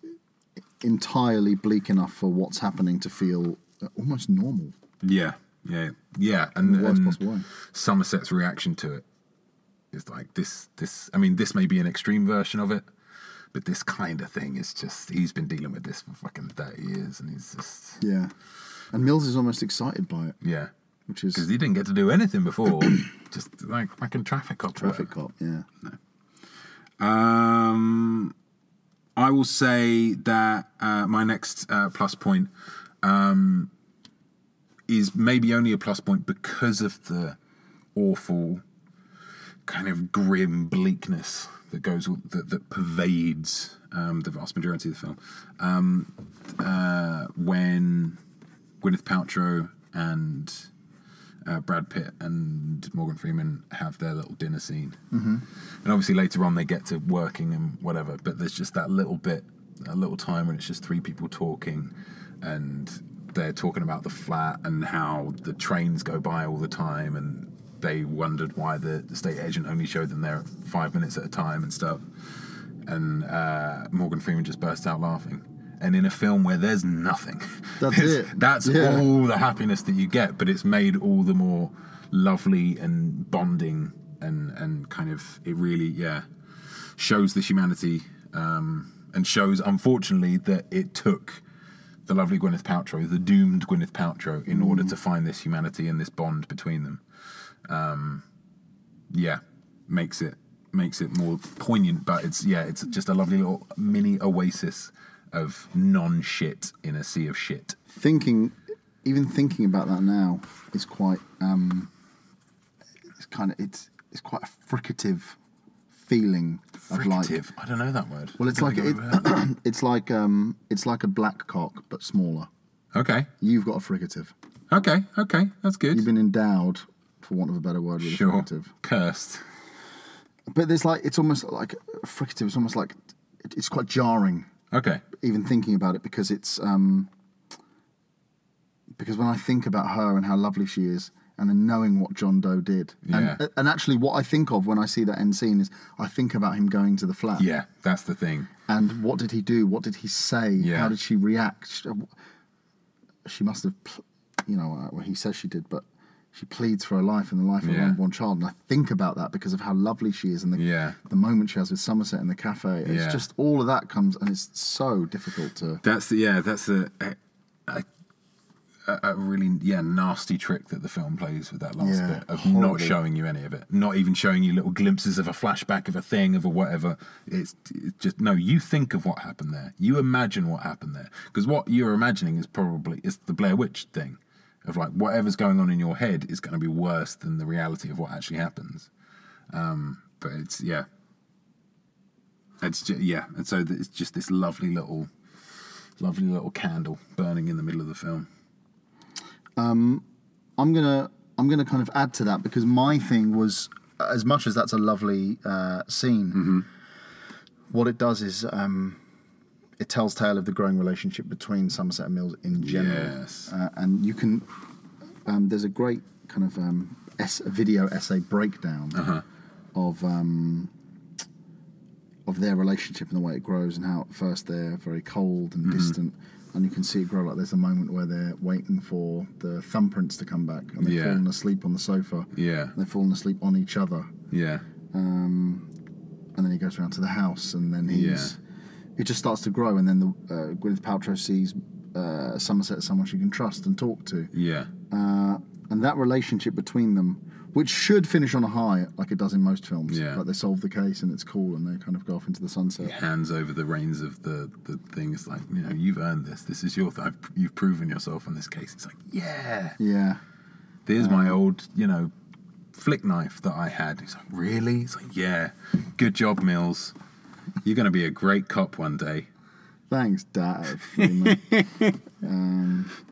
Speaker 3: entirely bleak enough for what's happening to feel almost normal.
Speaker 2: Yeah. Yeah. Yeah. And,
Speaker 3: the worst
Speaker 2: and
Speaker 3: possible way.
Speaker 2: Somerset's reaction to it is like this. This. I mean, this may be an extreme version of it, but this kind of thing is just. He's been dealing with this for fucking thirty years, and he's just.
Speaker 3: Yeah, and Mills is almost excited by it,
Speaker 2: Yeah.
Speaker 3: which is
Speaker 2: Because he didn't get to do anything before, just like fucking traffic cop. or
Speaker 3: traffic cop. Yeah,
Speaker 2: Um, I will say that uh, my next uh, plus point um, is maybe only a plus point because of the awful kind of grim bleakness that goes that, that pervades um, the vast majority of the film. Um, uh, when Gwyneth Paltrow and uh, Brad Pitt and Morgan Freeman have their little dinner scene. Mm-hmm. And obviously later on they get to working and whatever, but there's just that little bit, a little time when it's just three people talking and they're talking about the flat and how the trains go by all the time and they wondered why the estate agent only showed them there five minutes at a time and stuff. And uh, Morgan Freeman just burst out laughing. And in a film where there's nothing,
Speaker 3: That's
Speaker 2: there's-
Speaker 3: it.
Speaker 2: That's
Speaker 3: Yeah.
Speaker 2: all all the happiness that you get, but it's made all the more lovely and bonding and and kind of it really yeah shows the humanity um, and shows unfortunately that it took the lovely Gwyneth Paltrow, the doomed Gwyneth Paltrow, in order
Speaker 3: Mm.
Speaker 2: to find this humanity and this bond between them. Um, yeah, makes it makes it more poignant, but it's yeah, it's just a lovely little mini oasis of non shit in a sea of shit.
Speaker 3: thinking, even thinking about that now is quite. Um, it's kind of it's it's quite a fricative feeling of like
Speaker 2: Fricative. I don't know that word.
Speaker 3: Well, it's
Speaker 2: Don't
Speaker 3: like
Speaker 2: think
Speaker 3: it,
Speaker 2: I've ever heard that.
Speaker 3: it's like um, it's like a black cock but smaller.
Speaker 2: okay,
Speaker 3: You've got a fricative.
Speaker 2: okay, okay. That's
Speaker 3: You've
Speaker 2: good.
Speaker 3: been endowed, for want of a better word, with a
Speaker 2: Sure.
Speaker 3: fricative.
Speaker 2: Cursed.
Speaker 3: But there's like it's almost like a fricative. It's almost like it, it's quite jarring,
Speaker 2: Okay.
Speaker 3: even thinking about it, because it's um, because when I think about her and how lovely she is. And then knowing what John Doe did,
Speaker 2: Yeah.
Speaker 3: and, and actually what I think of when I see that end scene is I think about him going to the flat,
Speaker 2: Yeah, that's the thing.
Speaker 3: and what did he do? What did he say?
Speaker 2: Yeah.
Speaker 3: How did she react? She, uh, she must have, pl- you know, uh, well, he says she did, but she pleads for her life and the life of
Speaker 2: Yeah.
Speaker 3: an unborn child. And I think about that because of how lovely she is and the,
Speaker 2: Yeah.
Speaker 3: the moment she has with Somerset in the cafe. It's
Speaker 2: Yeah.
Speaker 3: just all of that comes, and it's so difficult to.
Speaker 2: That's the yeah. That's the a, a, a really yeah nasty trick that the film plays with that last
Speaker 3: Yeah,
Speaker 2: bit of not
Speaker 3: horribly.
Speaker 2: showing you any of it, not even showing you little glimpses of a flashback of a thing of a whatever. It's, it's just no. You think of what happened there. You imagine what happened there because what you're imagining is probably is the Blair Witch thing of like whatever's going on in your head is going to be worse than the reality of what actually happens. Um, but it's yeah. It's just, yeah, and so th- it's just this lovely little lovely little candle burning in the middle of the film.
Speaker 3: I'm gonna I'm gonna kind of add to that because my thing was as much as that's a lovely uh, scene. What it does is um, it tells tale of the growing relationship between Somerset and Mills in general,
Speaker 2: Yes.
Speaker 3: uh, and you can um, there's a great kind of um, es- video essay breakdown
Speaker 2: Uh-huh.
Speaker 3: of um, of their relationship and the way it grows and how at first they're very cold and
Speaker 2: Mm-hmm.
Speaker 3: distant, and you can see it grow. Like there's a moment where they're waiting for the thumbprints to come back, and they've
Speaker 2: Yeah.
Speaker 3: fallen asleep on the sofa.
Speaker 2: Yeah.
Speaker 3: they've fallen asleep on each other,
Speaker 2: Yeah.
Speaker 3: and then he goes round to the house, and then he's it just starts to grow, and then the uh, Gwyneth Paltrow sees uh, Somerset as someone she can trust and talk to.
Speaker 2: Yeah.
Speaker 3: uh, and that relationship between them, which should finish on a high, like it does in most films.
Speaker 2: Yeah.
Speaker 3: Like they solve the case and it's cool, and they kind of go off into the sunset.
Speaker 2: Hands over the reins of the, the thing. It's like, you know, you've earned this. This is your, th- I've, you've proven yourself on this case. It's like, yeah.
Speaker 3: Yeah,
Speaker 2: There's my old, you know, flick knife that I had. It's like, really? It's like, yeah. Good job, Mills. You're going to be a great cop one day.
Speaker 3: thanks, Dad. you know.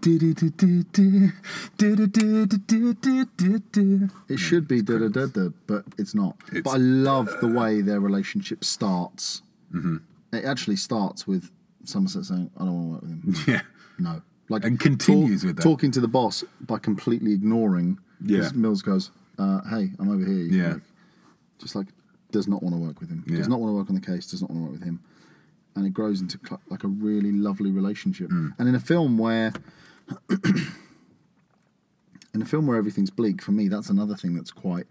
Speaker 2: Du-du-du-du-du. Du-du-du-du-du-du-du.
Speaker 3: it should be da da da da, but it's not.
Speaker 2: It's-
Speaker 3: but I love the way their relationship starts.
Speaker 2: Mm-hmm.
Speaker 3: It actually starts with Somerset saying, "I don't want to work with him."
Speaker 2: Yeah.
Speaker 3: No. Like
Speaker 2: And continues with that.
Speaker 3: talking to the boss by completely ignoring. 'cause
Speaker 2: Yeah.
Speaker 3: Mills goes, uh, "Hey, I'm over here."
Speaker 2: Yeah.
Speaker 3: Like, just like does not want to work with him.
Speaker 2: Yeah.
Speaker 3: Does not want to work on the case. Does not want to work with him. And it grows into cl- like a really lovely relationship.
Speaker 2: Mm.
Speaker 3: And in a film where, in a film where everything's bleak, for me that's another thing that's quite.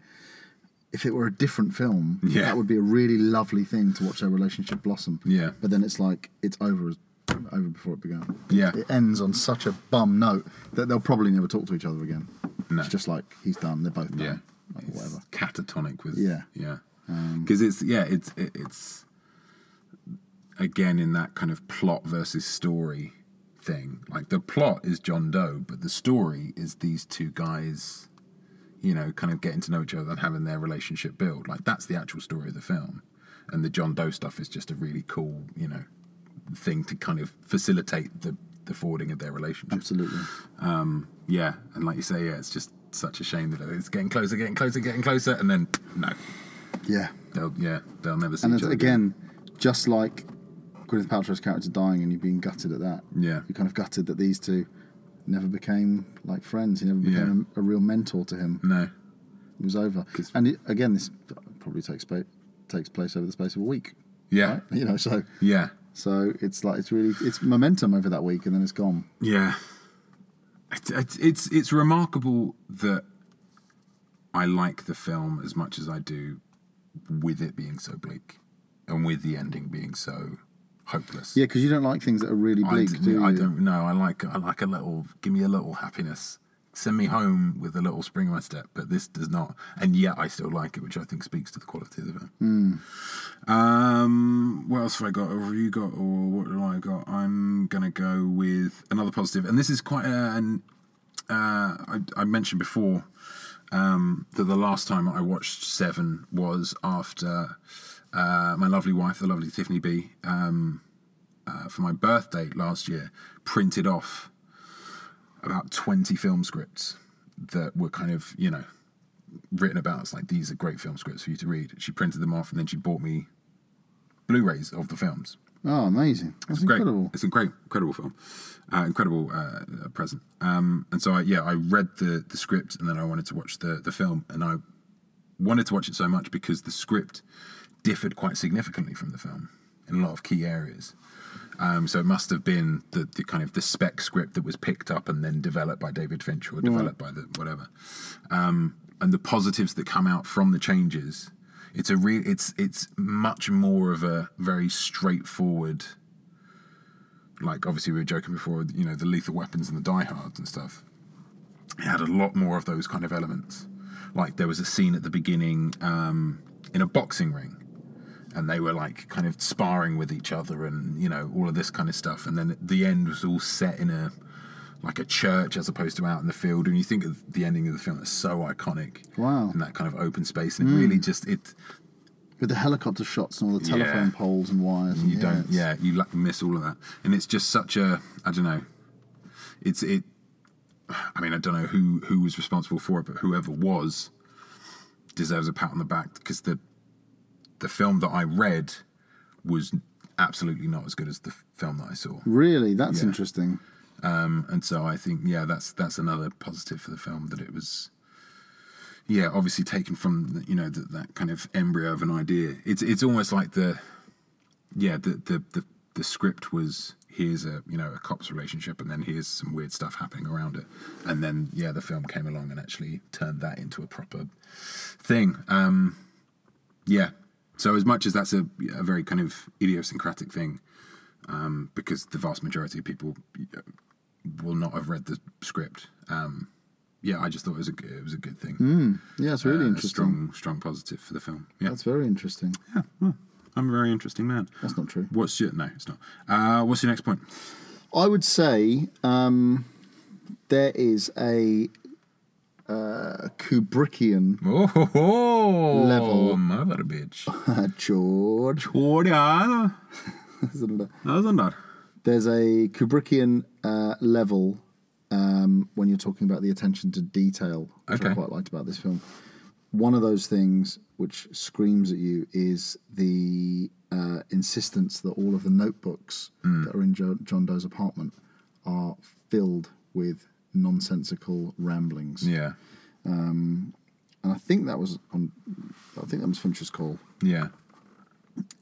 Speaker 3: If it were a different film,
Speaker 2: Yeah.
Speaker 3: that would be a really lovely thing to watch their relationship blossom.
Speaker 2: Yeah.
Speaker 3: But then it's like it's over, as- over before it began
Speaker 2: Yeah.
Speaker 3: it ends on such a bum note that they'll probably never talk to each other again.
Speaker 2: No.
Speaker 3: It's just like he's done. They're both done.
Speaker 2: yeah
Speaker 3: Like,
Speaker 2: It's
Speaker 3: whatever.
Speaker 2: catatonic with
Speaker 3: Yeah.
Speaker 2: yeah
Speaker 3: Um,
Speaker 2: because it's yeah it's it, it's again in that kind of plot versus story thing like the plot is john doe but the story is these two guys you know kind of getting to know each other and having their relationship build like that's the actual story of the film and the john doe stuff is just a really cool you know thing to kind of facilitate the the forwarding of their relationship
Speaker 3: Absolutely.
Speaker 2: um, yeah, and like you say, yeah, it's just such a shame that it's getting closer, getting closer, getting closer, and then no,
Speaker 3: Yeah.
Speaker 2: they'll yeah, they'll never see
Speaker 3: And
Speaker 2: each other
Speaker 3: it's, again, just like Gwyneth Paltrow's character dying and you being gutted at that.
Speaker 2: Yeah.
Speaker 3: You're kind of gutted that these two never became like friends. He never became a, a real mentor to him.
Speaker 2: No,
Speaker 3: It was over.
Speaker 2: 'Cause-
Speaker 3: And it, again, this probably takes, pa- takes place over the space of a week.
Speaker 2: yeah,
Speaker 3: Right? You know, so
Speaker 2: yeah,
Speaker 3: so it's like it's really it's momentum over that week and then it's gone.
Speaker 2: yeah. It's, it's it's it's remarkable that I like the film as much as I do, with it being so bleak, and with the ending being so hopeless.
Speaker 3: Yeah, because you don't like things that are really
Speaker 2: I,
Speaker 3: bleak,
Speaker 2: d-
Speaker 3: do you?
Speaker 2: I don't know. I like I like a little. Give me a little happiness. Send me home with a little spring in my step. But this does not, and yet I still like it, which I think speaks to the quality of the film. Um, what else have I got? Or have you got? Or what do I got? I'm gonna go with another positive, and this is quite a, an. Uh, I, I mentioned before um, that the last time I watched Seven was after uh, my lovely wife, the lovely Tiffany B, um, uh, for my birthday last year, printed off about 20 film scripts that were kind of, you know, written about. It's like, these are great film scripts for you to read. She printed them off and then she bought me Blu rays of the films.
Speaker 3: Oh, amazing! That's incredible.
Speaker 2: Great. It's a great, incredible film, uh, incredible uh, uh, present. Um, and so, I, yeah, I read the the script, and then I wanted to watch the the film, and I wanted to watch it so much because the script differed quite significantly from the film. in a lot of key areas. Um, so it must have been the, the kind of the spec script that was picked up and then developed by David Finch or developed by the whatever. Um, and the positives that come out from the changes, it's a real it's it's much more of a very straightforward. Like obviously we were joking before, you know, the lethal weapons and the diehards and stuff. It had a lot more of those kind of elements. Like there was a scene at the beginning um, in a boxing ring and they were like kind of sparring with each other and you know all of this kind of stuff and then at the end was all set in a like a church as opposed to out in the field and you think of the ending of the film that's so iconic
Speaker 3: Wow.
Speaker 2: and that kind of open space and it really just it
Speaker 3: With the helicopter shots and all the
Speaker 2: Yeah.
Speaker 3: telephone poles and wires. And
Speaker 2: you don't
Speaker 3: it's-
Speaker 2: yeah you like miss all of that and it's just such a i don't know it's it i mean i don't know who who was responsible for it but whoever was deserves a pat on the back because the the film that i read was absolutely not as good as the f- film that i saw
Speaker 3: Really, that's
Speaker 2: Yeah.
Speaker 3: interesting.
Speaker 2: um, and so i think yeah that's that's another positive for the film that it was yeah obviously taken from the, you know the, that kind of embryo of an idea it's it's almost like the yeah the, the the the script was here's a you know a cop's relationship and then here's some weird stuff happening around it and then yeah the film came along and actually turned that into a proper thing um yeah so as much as that's a, a very kind of idiosyncratic thing um because the vast majority of people uh, will not have read the script um yeah i just thought it was a g- it was a good thing
Speaker 3: Yeah, it's really
Speaker 2: Uh, a
Speaker 3: Hmm, interesting.
Speaker 2: strong strong positive for the film yeah
Speaker 3: That's very interesting.
Speaker 2: yeah well, i'm a very interesting man
Speaker 3: That's not true.
Speaker 2: What's your no? It's not. Uh, what's your next point?
Speaker 3: I would say um, there is a uh, Kubrickian
Speaker 2: Oh, ho, ho.
Speaker 3: Level.
Speaker 2: mother bitch.
Speaker 3: George.
Speaker 2: Jordan, doesn't that?
Speaker 3: There's a Kubrickian uh, level um, when you're talking about the attention to detail, which I
Speaker 2: Okay.
Speaker 3: quite liked about this film. One of those things which screams at you is the uh, insistence that all of the notebooks
Speaker 2: Mm.
Speaker 3: that are in jo- John Doe's apartment are filled with nonsensical ramblings.
Speaker 2: Yeah,
Speaker 3: And I think that was on, I think that was Fincher's call.
Speaker 2: yeah,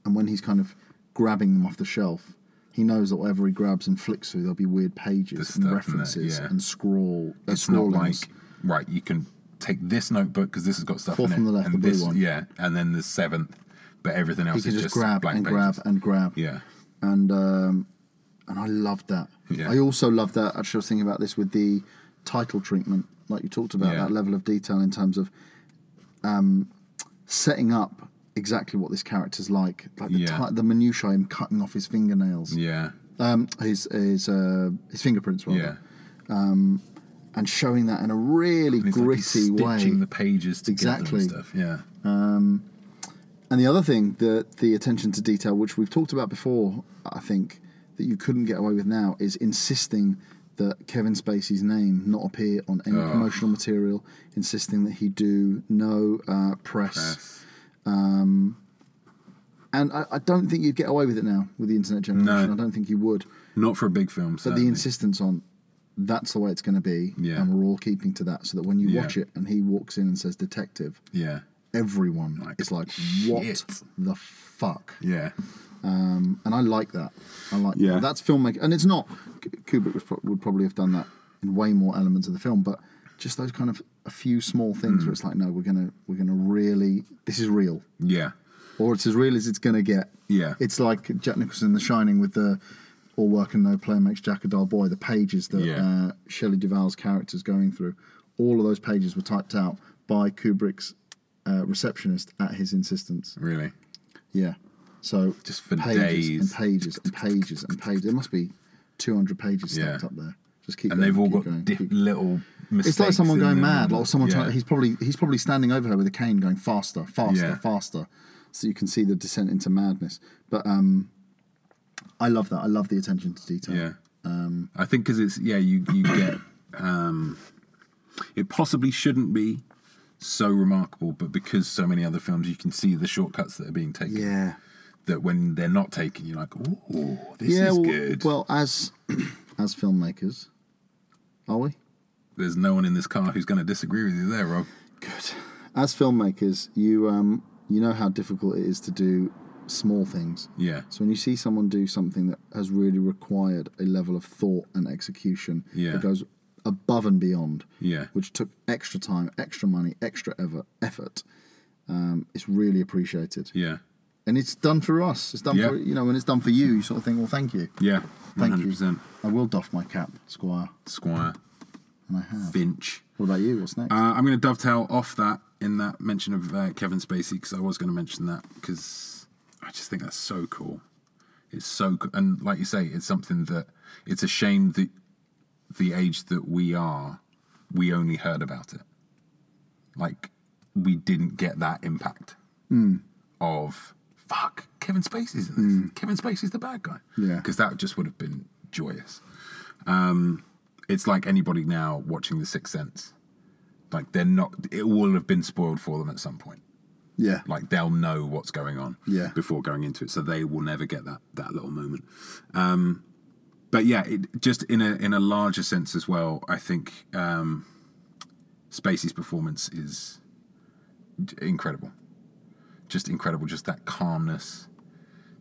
Speaker 3: and when he's kind of grabbing them off the shelf, he knows that whatever he grabs and flicks through, there'll be weird pages
Speaker 2: There's
Speaker 3: and
Speaker 2: stuff in there,
Speaker 3: references
Speaker 2: yeah.
Speaker 3: and scrawl. Uh,
Speaker 2: It's not like
Speaker 3: scrawlings.
Speaker 2: right. You can take this notebook because this has got stuff
Speaker 3: Fourth
Speaker 2: in it,
Speaker 3: from the left,
Speaker 2: and
Speaker 3: the blue
Speaker 2: this,
Speaker 3: one.
Speaker 2: yeah, and then the seventh, but everything
Speaker 3: he
Speaker 2: else
Speaker 3: can
Speaker 2: is
Speaker 3: just,
Speaker 2: just,
Speaker 3: grab
Speaker 2: blank
Speaker 3: and
Speaker 2: pages.
Speaker 3: grab and grab.
Speaker 2: Yeah,
Speaker 3: and um, and I loved that.
Speaker 2: Yeah.
Speaker 3: I also loved that. Actually, I was thinking about this with the title treatment, like you talked about
Speaker 2: Yeah.
Speaker 3: that level of detail in terms of um, setting up exactly what this character's like, like the,
Speaker 2: Yeah.
Speaker 3: ti- the minutiae, him cutting off his fingernails,
Speaker 2: yeah,
Speaker 3: um, his his uh, his fingerprints, rather.
Speaker 2: yeah.
Speaker 3: and showing that in a really
Speaker 2: It's like he's
Speaker 3: gritty
Speaker 2: stitching
Speaker 3: way.
Speaker 2: the pages together
Speaker 3: Exactly.
Speaker 2: and stuff. Yeah,
Speaker 3: and the other thing, the the attention to detail, which we've talked about before, I think that you couldn't get away with now, is insisting that Kevin Spacey's name not appear on any promotional material, insisting that he do no uh, press. Um,
Speaker 2: Press.
Speaker 3: And I, I don't think you'd get away with it now with the internet generation. I don't think you would.
Speaker 2: not for a big film.
Speaker 3: But the
Speaker 2: certainly.
Speaker 3: insistence on that's the way it's going to be,
Speaker 2: Yeah.
Speaker 3: and we're all keeping to that, so that when you
Speaker 2: Yeah.
Speaker 3: watch it and he walks in and says detective,
Speaker 2: yeah,
Speaker 3: everyone is like, what
Speaker 2: shit.
Speaker 3: the fuck?
Speaker 2: yeah,
Speaker 3: Um, and I like that. I like
Speaker 2: Yeah.
Speaker 3: that. That's filmmaking, and it's not Kubrick was pro- would probably have done that in way more elements of the film, but just those kind of a few small things
Speaker 2: Hmm.
Speaker 3: where it's like, no, we're gonna we're gonna really this is real,
Speaker 2: yeah,
Speaker 3: or it's as real as it's gonna get.
Speaker 2: Yeah.
Speaker 3: it's like Jack Nicholson in The Shining with the. All work and no play makes Jack a dull boy. The pages that
Speaker 2: Yeah.
Speaker 3: uh, Shelley Duvall's character's going through, all of those pages were typed out by Kubrick's uh, receptionist at his insistence.
Speaker 2: really.
Speaker 3: Yeah. So
Speaker 2: Just for
Speaker 3: pages
Speaker 2: days.
Speaker 3: and pages and pages and pages. There must be 200 pages stacked
Speaker 2: Yeah.
Speaker 3: up there. Just keep.
Speaker 2: And
Speaker 3: going,
Speaker 2: they've all
Speaker 3: keep
Speaker 2: got
Speaker 3: going,
Speaker 2: dip-
Speaker 3: keep-
Speaker 2: little mistakes.
Speaker 3: It's like someone
Speaker 2: in
Speaker 3: going
Speaker 2: them
Speaker 3: mad,
Speaker 2: and-
Speaker 3: like someone
Speaker 2: yeah.
Speaker 3: trying. He's probably he's probably standing over her with a cane, going faster, faster,
Speaker 2: Yeah.
Speaker 3: faster, so you can see the descent into madness. But um, I love that. I love the attention to detail.
Speaker 2: Yeah.
Speaker 3: um,
Speaker 2: I think because it's yeah you you get um, it possibly shouldn't be so remarkable, but because so many other films you can see the shortcuts that are being taken.
Speaker 3: Yeah.
Speaker 2: That when they're not taken, you're like, oh, this
Speaker 3: yeah.
Speaker 2: is
Speaker 3: well,
Speaker 2: good.
Speaker 3: well, as as filmmakers, are we?
Speaker 2: There's no one in this car who's going to disagree with you there, Rob.
Speaker 3: Good. As filmmakers, you um, you know how difficult it is to do small things.
Speaker 2: Yeah.
Speaker 3: So when you see someone do something that has really required a level of thought and execution
Speaker 2: Yeah.
Speaker 3: that goes above and beyond,
Speaker 2: Yeah.
Speaker 3: which took extra time, extra money, extra ever effort, um, it's really appreciated.
Speaker 2: Yeah.
Speaker 3: And it's done for us. It's done
Speaker 2: Yeah.
Speaker 3: for you know, when it's done for you, you sort of think, well, thank you,
Speaker 2: Yeah. One
Speaker 3: thank
Speaker 2: hundred percent.
Speaker 3: you. I will doff my cap, Squire,
Speaker 2: Squire
Speaker 3: and I have.
Speaker 2: Finch.
Speaker 3: What about you? What's next?
Speaker 2: Uh, I'm going to dovetail off that in that mention of uh, Kevin Spacey because I was going to mention that because I just think that's so cool. It's so cool. And like you say, it's something that it's a shame that the age that we are, we only heard about it. Like, we didn't get that impact of fuck, Kevin Spacey's in this. Kevin Spacey's the bad guy.
Speaker 3: Yeah.
Speaker 2: Because that just would have been joyous. Um, it's like anybody now watching The Sixth Sense like they're not it will have been spoiled for them at some point
Speaker 3: yeah.
Speaker 2: like they'll know what's going on
Speaker 3: Yeah.
Speaker 2: before going into it so they will never get that that little moment um but yeah it just in a in a larger sense as well i think um spacey's performance is d- incredible just incredible just that calmness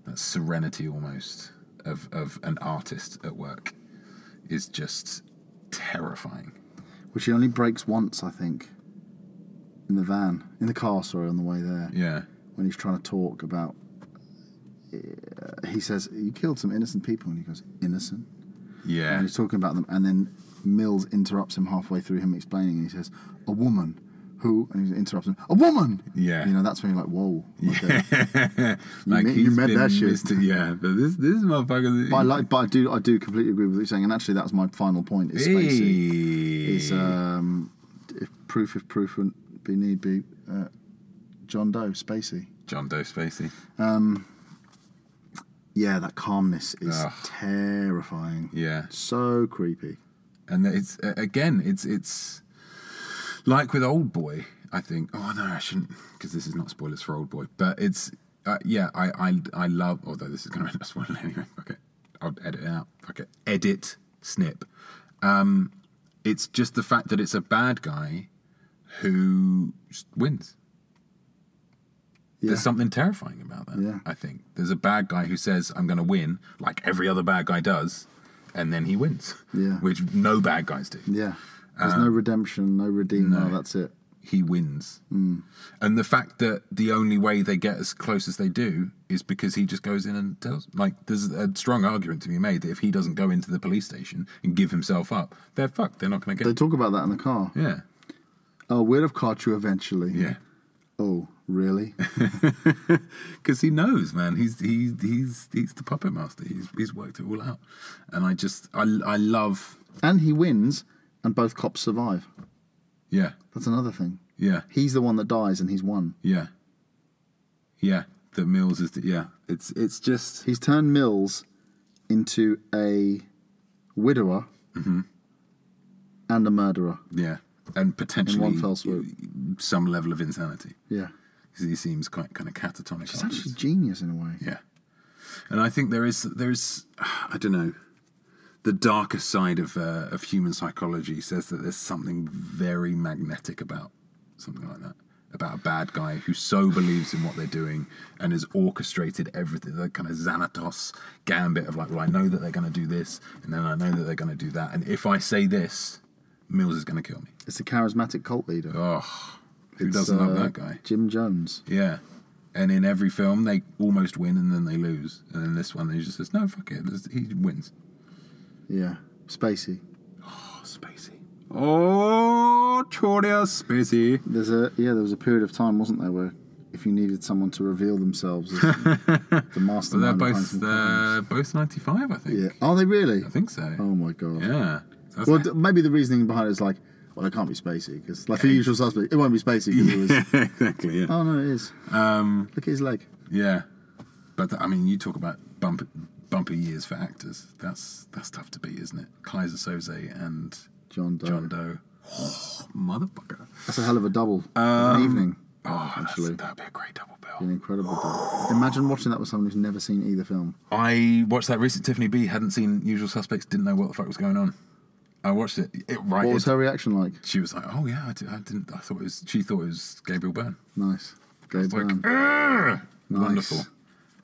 Speaker 2: that serenity almost of of an artist at work is just terrifying
Speaker 3: Which he only breaks once, I think. In the van, in the car, sorry, on the way there.
Speaker 2: yeah
Speaker 3: when he's trying to talk about. Uh, he says, You killed some innocent people. And he goes, Innocent?
Speaker 2: yeah
Speaker 3: And he's talking about them. And then Mills interrupts him halfway through him explaining. And he says, A woman who? And he interrupts him, A woman!
Speaker 2: Yeah.
Speaker 3: You know, that's when you're like, Whoa. Okay.
Speaker 2: like
Speaker 3: meant-
Speaker 2: he's
Speaker 3: you meant
Speaker 2: been
Speaker 3: that shit.
Speaker 2: Mr. Yeah, but this this motherfucker.
Speaker 3: But I, like, but I do, I do completely agree with what you're saying, and actually, that was my final point. Is Spacey
Speaker 2: Hey.
Speaker 3: is um, if proof, if proof would be need be, uh, John Doe, Spacey.
Speaker 2: John Doe Spacey.
Speaker 3: Yeah, that calmness is
Speaker 2: Ugh.
Speaker 3: terrifying.
Speaker 2: Yeah,
Speaker 3: So creepy.
Speaker 2: and it's uh, again, it's it's like with Old Boy. I think. Oh no, I shouldn't because this is not spoilers for Old Boy. But it's uh, yeah, I I I love. Although this is going to end up spoiling anyway. Okay, I'll edit it out. Okay, edit snip. Um, it's just the fact that it's a bad guy who just wins.
Speaker 3: Yeah.
Speaker 2: There's something terrifying about that.
Speaker 3: Yeah.
Speaker 2: I think there's a bad guy who says, "I'm going to win," like every other bad guy does, and then he wins.
Speaker 3: Yeah.
Speaker 2: Which no bad guys do.
Speaker 3: Yeah. There's
Speaker 2: Uh,
Speaker 3: no redemption, no redeemer. That's it.
Speaker 2: He wins, and the fact that the only way they get as close as they do is because he just goes in and tells. Like, there's a strong argument to be made that if he doesn't go into the police station and give himself up, they're fucked. They're not going to
Speaker 3: They
Speaker 2: get.
Speaker 3: talk about that in the car.
Speaker 2: yeah.
Speaker 3: Oh, we'd have caught you eventually.
Speaker 2: Yeah.
Speaker 3: Oh, really?
Speaker 2: because he knows, man. He's he's he's he's the puppet master. He's he's worked it all out, and I just I I love
Speaker 3: and he wins, and both cops survive.
Speaker 2: yeah
Speaker 3: That's another thing.
Speaker 2: yeah
Speaker 3: He's the one that dies, and he's won.
Speaker 2: yeah yeah. The Mills is the, yeah. It's it's just
Speaker 3: He's turned Mills into a widower
Speaker 2: Mm-hmm.
Speaker 3: and a murderer.
Speaker 2: yeah, and potentially
Speaker 3: fell swoop.
Speaker 2: some level of insanity.
Speaker 3: Yeah.
Speaker 2: 'Cause he seems quite kind of catatonic.
Speaker 3: He's
Speaker 2: afterwards.
Speaker 3: actually genius in a way.
Speaker 2: Yeah, and I think there is there is I don't know the darker side of uh, of human psychology says that there's something very magnetic about something like that about a bad guy who so believes in what they're doing and has orchestrated everything that kind of Xanatos gambit of like well I know that they're going to do this and then I know that they're going to do that and if I say this Mills is going to kill me.
Speaker 3: It's a charismatic cult leader.
Speaker 2: Oh, who
Speaker 3: It's,
Speaker 2: doesn't love
Speaker 3: uh,
Speaker 2: that guy?
Speaker 3: Jim Jones.
Speaker 2: Yeah. And in every film, they almost win and then they lose. And in this one, he just says, no, fuck it. This- He wins.
Speaker 3: Yeah. Spacey.
Speaker 2: Oh, Spacey. Oh, Claudia Spacey.
Speaker 3: There's a yeah. There was a period of time, wasn't there, where if you needed someone to reveal themselves, as the
Speaker 2: So they're
Speaker 3: mastermind. behind
Speaker 2: both
Speaker 3: some
Speaker 2: uh, both 95, I think.
Speaker 3: problems. yeah. Are they really?
Speaker 2: I think so.
Speaker 3: Oh my god.
Speaker 2: Yeah. So that's
Speaker 3: Well,
Speaker 2: like-
Speaker 3: d- maybe the reasoning behind it is like, well, it can't be Spacey because, like, for usual suspect, it won't be Spacey. 'cause it was,
Speaker 2: exactly, yeah.
Speaker 3: oh no, it is.
Speaker 2: Um,
Speaker 3: Look at his leg.
Speaker 2: yeah. But, th- I mean, you talk about bump, bumper years for actors. That's that's tough to beat, isn't it? Kaiser Soze and
Speaker 3: John Doe.
Speaker 2: John Doe. Oh, motherfucker.
Speaker 3: That's a hell of a double. an evening.
Speaker 2: Oh, that's,
Speaker 3: Actually.
Speaker 2: that'd be a great double bill.
Speaker 3: An incredible double. Imagine watching that with someone who's never seen either film.
Speaker 2: I watched that recent Tiffany B. Hadn't seen Usual Suspects. Didn't know what the fuck was going on. I watched it. It right.
Speaker 3: What was
Speaker 2: it-
Speaker 3: her reaction like?
Speaker 2: She was like, "Oh yeah, I, did, I didn't. I thought it was. She thought it was Gabriel Byrne.
Speaker 3: Nice. Gabe
Speaker 2: It's like, "Ugh."
Speaker 3: Byrne.
Speaker 2: wonderful.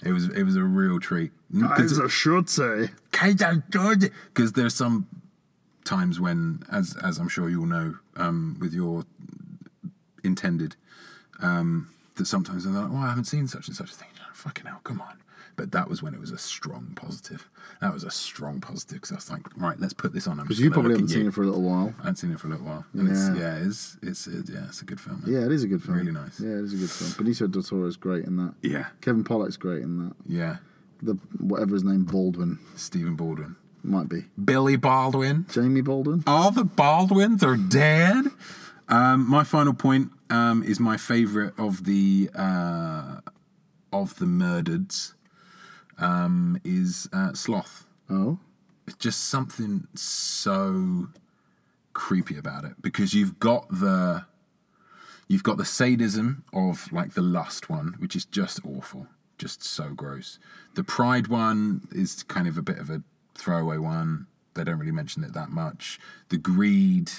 Speaker 2: It was it was a real treat.
Speaker 3: As I should say.
Speaker 2: Because there's some times when, as as I'm sure you all know, um, with your intended, um, that sometimes they're like, "Well, I haven't seen such and such a thing." Oh, fucking hell, come on! But that was when it was a strong positive. That was a strong positive because I was like, "Right, let's put this on."
Speaker 3: Because you probably haven't seen it for a little while.
Speaker 2: I haven't seen it for a little while. And
Speaker 3: Yeah.
Speaker 2: It's, yeah, it's it's it, yeah, it's a good film. man.
Speaker 3: Yeah, it is a good film.
Speaker 2: Really nice.
Speaker 3: Yeah, it is a good film. Benicio del Toro is great in that.
Speaker 2: Yeah,
Speaker 3: Kevin Pollak's great in that.
Speaker 2: yeah.
Speaker 3: The whatever his name Baldwin
Speaker 2: Stephen Baldwin,
Speaker 3: might be.
Speaker 2: Billy Baldwin.
Speaker 3: Jamie Baldwin.
Speaker 2: all the Baldwins are dead. Um, my final point um, is my favorite of the uh, of the murdereds um, is uh, Sloth.
Speaker 3: Oh,
Speaker 2: It's just something so creepy about it because you've got the you've got the sadism of like the lust one, which is just awful, just so gross. The pride one is kind of a bit of a throwaway one. They don't really mention it that much. The greed,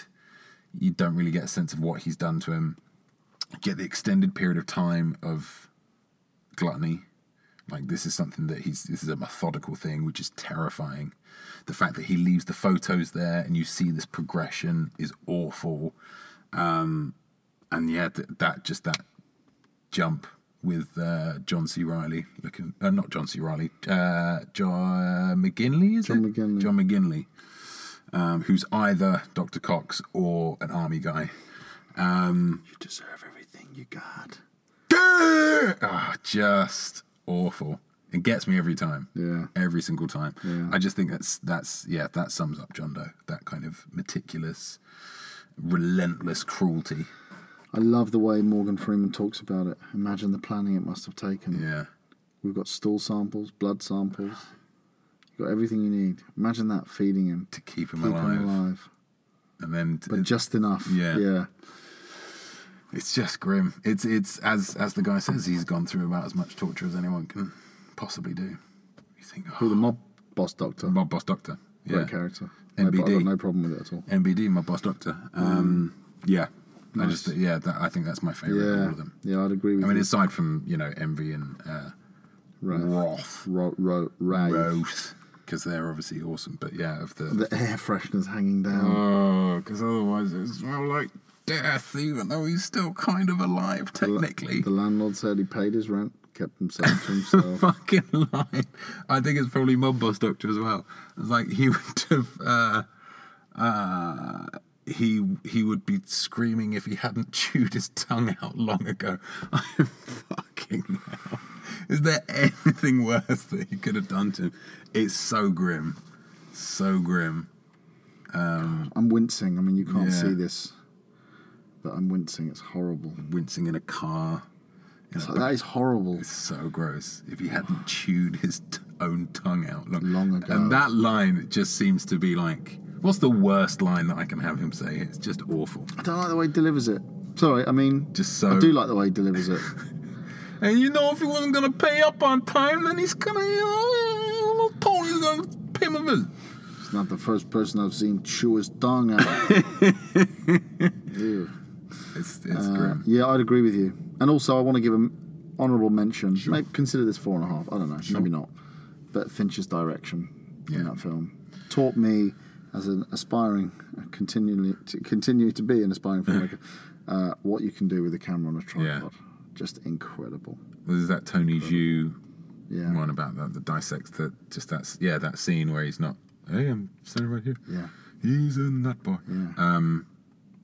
Speaker 2: you don't really get a sense of what he's done to him. You get the extended period of time of gluttony. Like this is something that he's this is a methodical thing, which is terrifying. The fact that he leaves the photos there and you see this progression is awful. Um, and yeah, th- that just that jump with uh, John C. Riley looking, uh, not John C. Riley, uh, John McGinley is
Speaker 3: John
Speaker 2: it?
Speaker 3: McGinley.
Speaker 2: John McGinley, um, who's either Dr. Cox or an army guy. Um,
Speaker 3: you deserve everything you got.
Speaker 2: Ah, just awful. It gets me every time.
Speaker 3: Yeah.
Speaker 2: Every single time.
Speaker 3: Yeah.
Speaker 2: I just think that's that's yeah, that sums up John Doe. That kind of meticulous, relentless cruelty.
Speaker 3: I love the way Morgan Freeman talks about it. Imagine the planning it must have taken.
Speaker 2: Yeah.
Speaker 3: We've got stool samples, blood samples. You've got everything you need. Imagine that feeding him.
Speaker 2: To keep him,
Speaker 3: Keep
Speaker 2: alive.
Speaker 3: him alive.
Speaker 2: And then
Speaker 3: But just enough.
Speaker 2: Yeah.
Speaker 3: Yeah.
Speaker 2: it's just grim. It's it's as as the guy says, he's gone through about as much torture as anyone can possibly do. You think oh,
Speaker 3: Who the mob boss doctor.
Speaker 2: mob boss doctor. Yeah.
Speaker 3: Great character. No-
Speaker 2: NBD.
Speaker 3: I've got no problem with it at all.
Speaker 2: MBD, my boss doctor. Um, yeah. I
Speaker 3: Mm. Nice.
Speaker 2: just yeah, that, I think that's my favorite of all
Speaker 3: Yeah.
Speaker 2: of them.
Speaker 3: Yeah, I'd agree with
Speaker 2: I mean,
Speaker 3: you.
Speaker 2: aside from you know envy and uh,
Speaker 3: Right.
Speaker 2: wrath,
Speaker 3: Ro- ro- rave.
Speaker 2: both because they're obviously awesome. But yeah, of the
Speaker 3: The air freshener's hanging down.
Speaker 2: oh, because otherwise it smells like death, even though he's still kind of alive Uh, technically.
Speaker 3: The landlord said he paid his rent, kept himself to himself.
Speaker 2: Fucking line. I think it's probably Mob Boss Doctor as well. It's like he would have. Uh, uh, he he would be screaming if he hadn't chewed his tongue out long ago. I'm fucking hell. Is there anything worse that he could have done to him? It's so grim, so grim.
Speaker 3: I'm wincing. I mean, you can't
Speaker 2: Yeah.
Speaker 3: see this, but I'm wincing. It's horrible.
Speaker 2: Wincing in a car.
Speaker 3: It's like, that is horrible.
Speaker 2: It's so gross. If he hadn't chewed his t- own tongue out long,
Speaker 3: Long ago.
Speaker 2: and that line just seems to be like, what's the worst line that I can have him say? It's just awful.
Speaker 3: I don't like the way he delivers it. Sorry, I mean,
Speaker 2: Just so-
Speaker 3: I do like the way he delivers it.
Speaker 2: And you know, if he wasn't gonna pay up on time, then he's gonna, you know, Tony's gonna pay him a visit.
Speaker 3: It's not the first person I've seen chew his tongue out. Ew.
Speaker 2: It's it's
Speaker 3: Uh,
Speaker 2: grim.
Speaker 3: yeah, I'd agree with you. And also, I want to give an honourable mention. Maybe consider this four and a half. I don't know. Maybe not. But Fincher's direction in
Speaker 2: Yeah.
Speaker 3: that film taught me, as an aspiring, continually to continue to be an aspiring filmmaker, uh, what you can do with a camera on a tripod. Just incredible.
Speaker 2: There's that Tony Zhu
Speaker 3: Yeah.
Speaker 2: one about that that dissects that just that's yeah that scene where he's not. Hey, I'm standing right here.
Speaker 3: Yeah.
Speaker 2: He's a nut boy.
Speaker 3: Yeah.
Speaker 2: Um,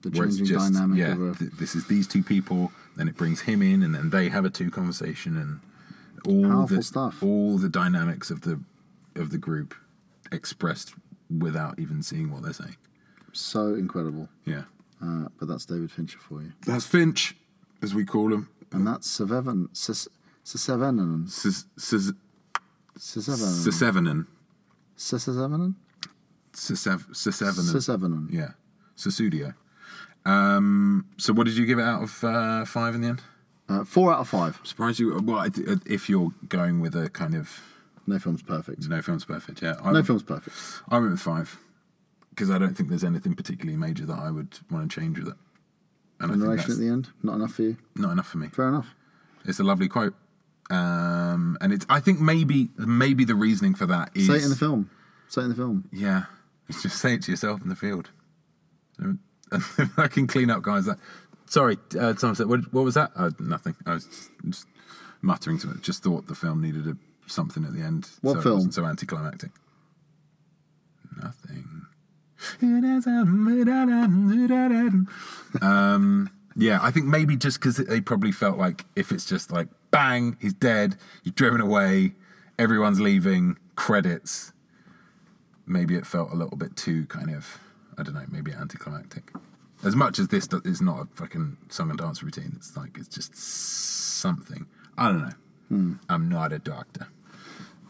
Speaker 3: The
Speaker 2: where it's
Speaker 3: changing
Speaker 2: just
Speaker 3: dynamic
Speaker 2: yeah,
Speaker 3: of a.
Speaker 2: th- this is these two people, then it brings him in, and then they have a two conversation, and all
Speaker 3: Powerful
Speaker 2: the
Speaker 3: stuff.
Speaker 2: all the dynamics of the of the group expressed without even seeing what they're saying.
Speaker 3: so incredible.
Speaker 2: Yeah,
Speaker 3: Uh, but that's David Fincher for you.
Speaker 2: that's Finch, as we call him.
Speaker 3: And that's Sevenin. Ses- Sesevenin.
Speaker 2: Sevenin.
Speaker 3: Sesevenin. Sesevenin?
Speaker 2: Sevenin.
Speaker 3: Sesevenin.
Speaker 2: Yeah, Susudio. Um, so, what did you give it out of uh, five in the end?
Speaker 3: Uh, four out of five.
Speaker 2: Surprise you? Well, I d- if you're going with a kind of
Speaker 3: No film's perfect.
Speaker 2: no film's perfect, yeah, I
Speaker 3: No
Speaker 2: would-
Speaker 3: film's perfect.
Speaker 2: I went with five because I don't think there's anything particularly major that I would want to change with it. And I think
Speaker 3: Narration at
Speaker 2: that's
Speaker 3: the end, not enough for you.
Speaker 2: not enough for me.
Speaker 3: Fair enough.
Speaker 2: It's a lovely quote. Um, and it's I think maybe maybe the reasoning for that is
Speaker 3: Say it in the film. Say it in the film.
Speaker 2: yeah, it's just say it to yourself in the field. And the fucking clean up guys. That sorry, uh, Tom said. What, what was that? Oh, nothing. I was just, just muttering to it. Just thought the film needed a, something at the end.
Speaker 3: What
Speaker 2: so
Speaker 3: film?
Speaker 2: It wasn't so anticlimactic. Nothing. Um, yeah, I think maybe just because they probably felt like if it's just like bang, he's dead, he's driven away, everyone's leaving, credits. Maybe it felt a little bit too kind of I don't know, maybe anticlimactic. As much as this do- is not a fucking song and dance routine, it's like it's just something. I don't know. I'm not a doctor.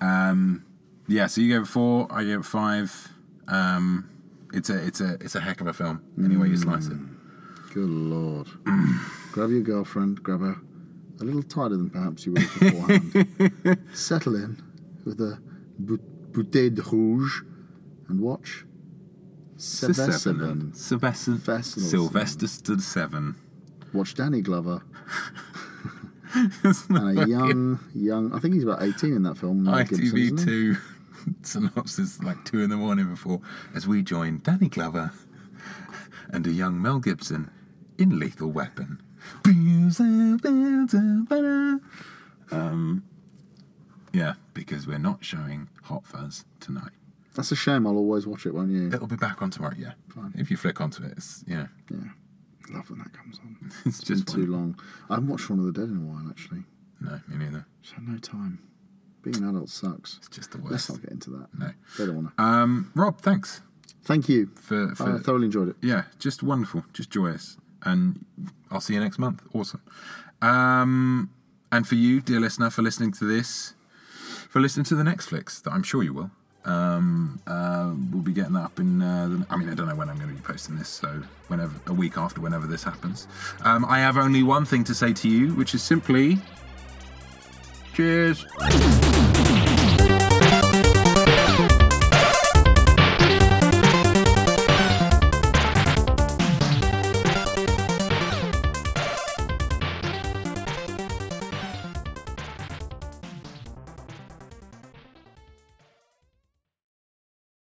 Speaker 2: Um, yeah, so you gave it four, I gave it five. Um, it's a it's a it's a heck of a film. Any way you slice it.
Speaker 3: Good lord. grab your girlfriend, grab her a little tighter than perhaps you would beforehand. Settle in with a bou- bouteille de rouge and watch Seven. Seven.
Speaker 2: Sylvester
Speaker 3: Sylvester
Speaker 2: Sylvester stood seven.
Speaker 3: Watch Danny Glover. and a young, young, I think he's about 18 in that film. Mel Gibson, isn't
Speaker 2: ITV
Speaker 3: he?
Speaker 2: two synopsis like two in the morning before as we join Danny Glover and a young Mel Gibson in Lethal Weapon. Um, yeah, because we're not showing Hot Fuzz tonight.
Speaker 3: That's a shame. I'll always watch it, won't you?
Speaker 2: It'll be back on tomorrow. Yeah, if you flick onto it, it's yeah,
Speaker 3: Yeah. Love when that comes on.
Speaker 2: it's
Speaker 3: It's
Speaker 2: just
Speaker 3: been
Speaker 2: one.
Speaker 3: too long. I haven't watched Shaun of the Dead in a while, actually.
Speaker 2: No, me neither.
Speaker 3: So no time. Being an adult sucks.
Speaker 2: It's just the
Speaker 3: Let's
Speaker 2: worst.
Speaker 3: not get into that.
Speaker 2: No.
Speaker 3: They don't want to.
Speaker 2: Um, Rob, thanks
Speaker 3: Thank you.
Speaker 2: for for
Speaker 3: I thoroughly enjoyed it.
Speaker 2: yeah, just wonderful, just joyous. And I'll see you next month. Awesome. Um, and for you, dear listener, for listening to this, for listening to the next flicks that I'm sure you will. Um, uh, we'll be getting that up in. Uh, the, I mean, I don't know when I'm going to be posting this, so whenever a week after, whenever this happens. Um, I have only one thing to say to you, which is simply, cheers.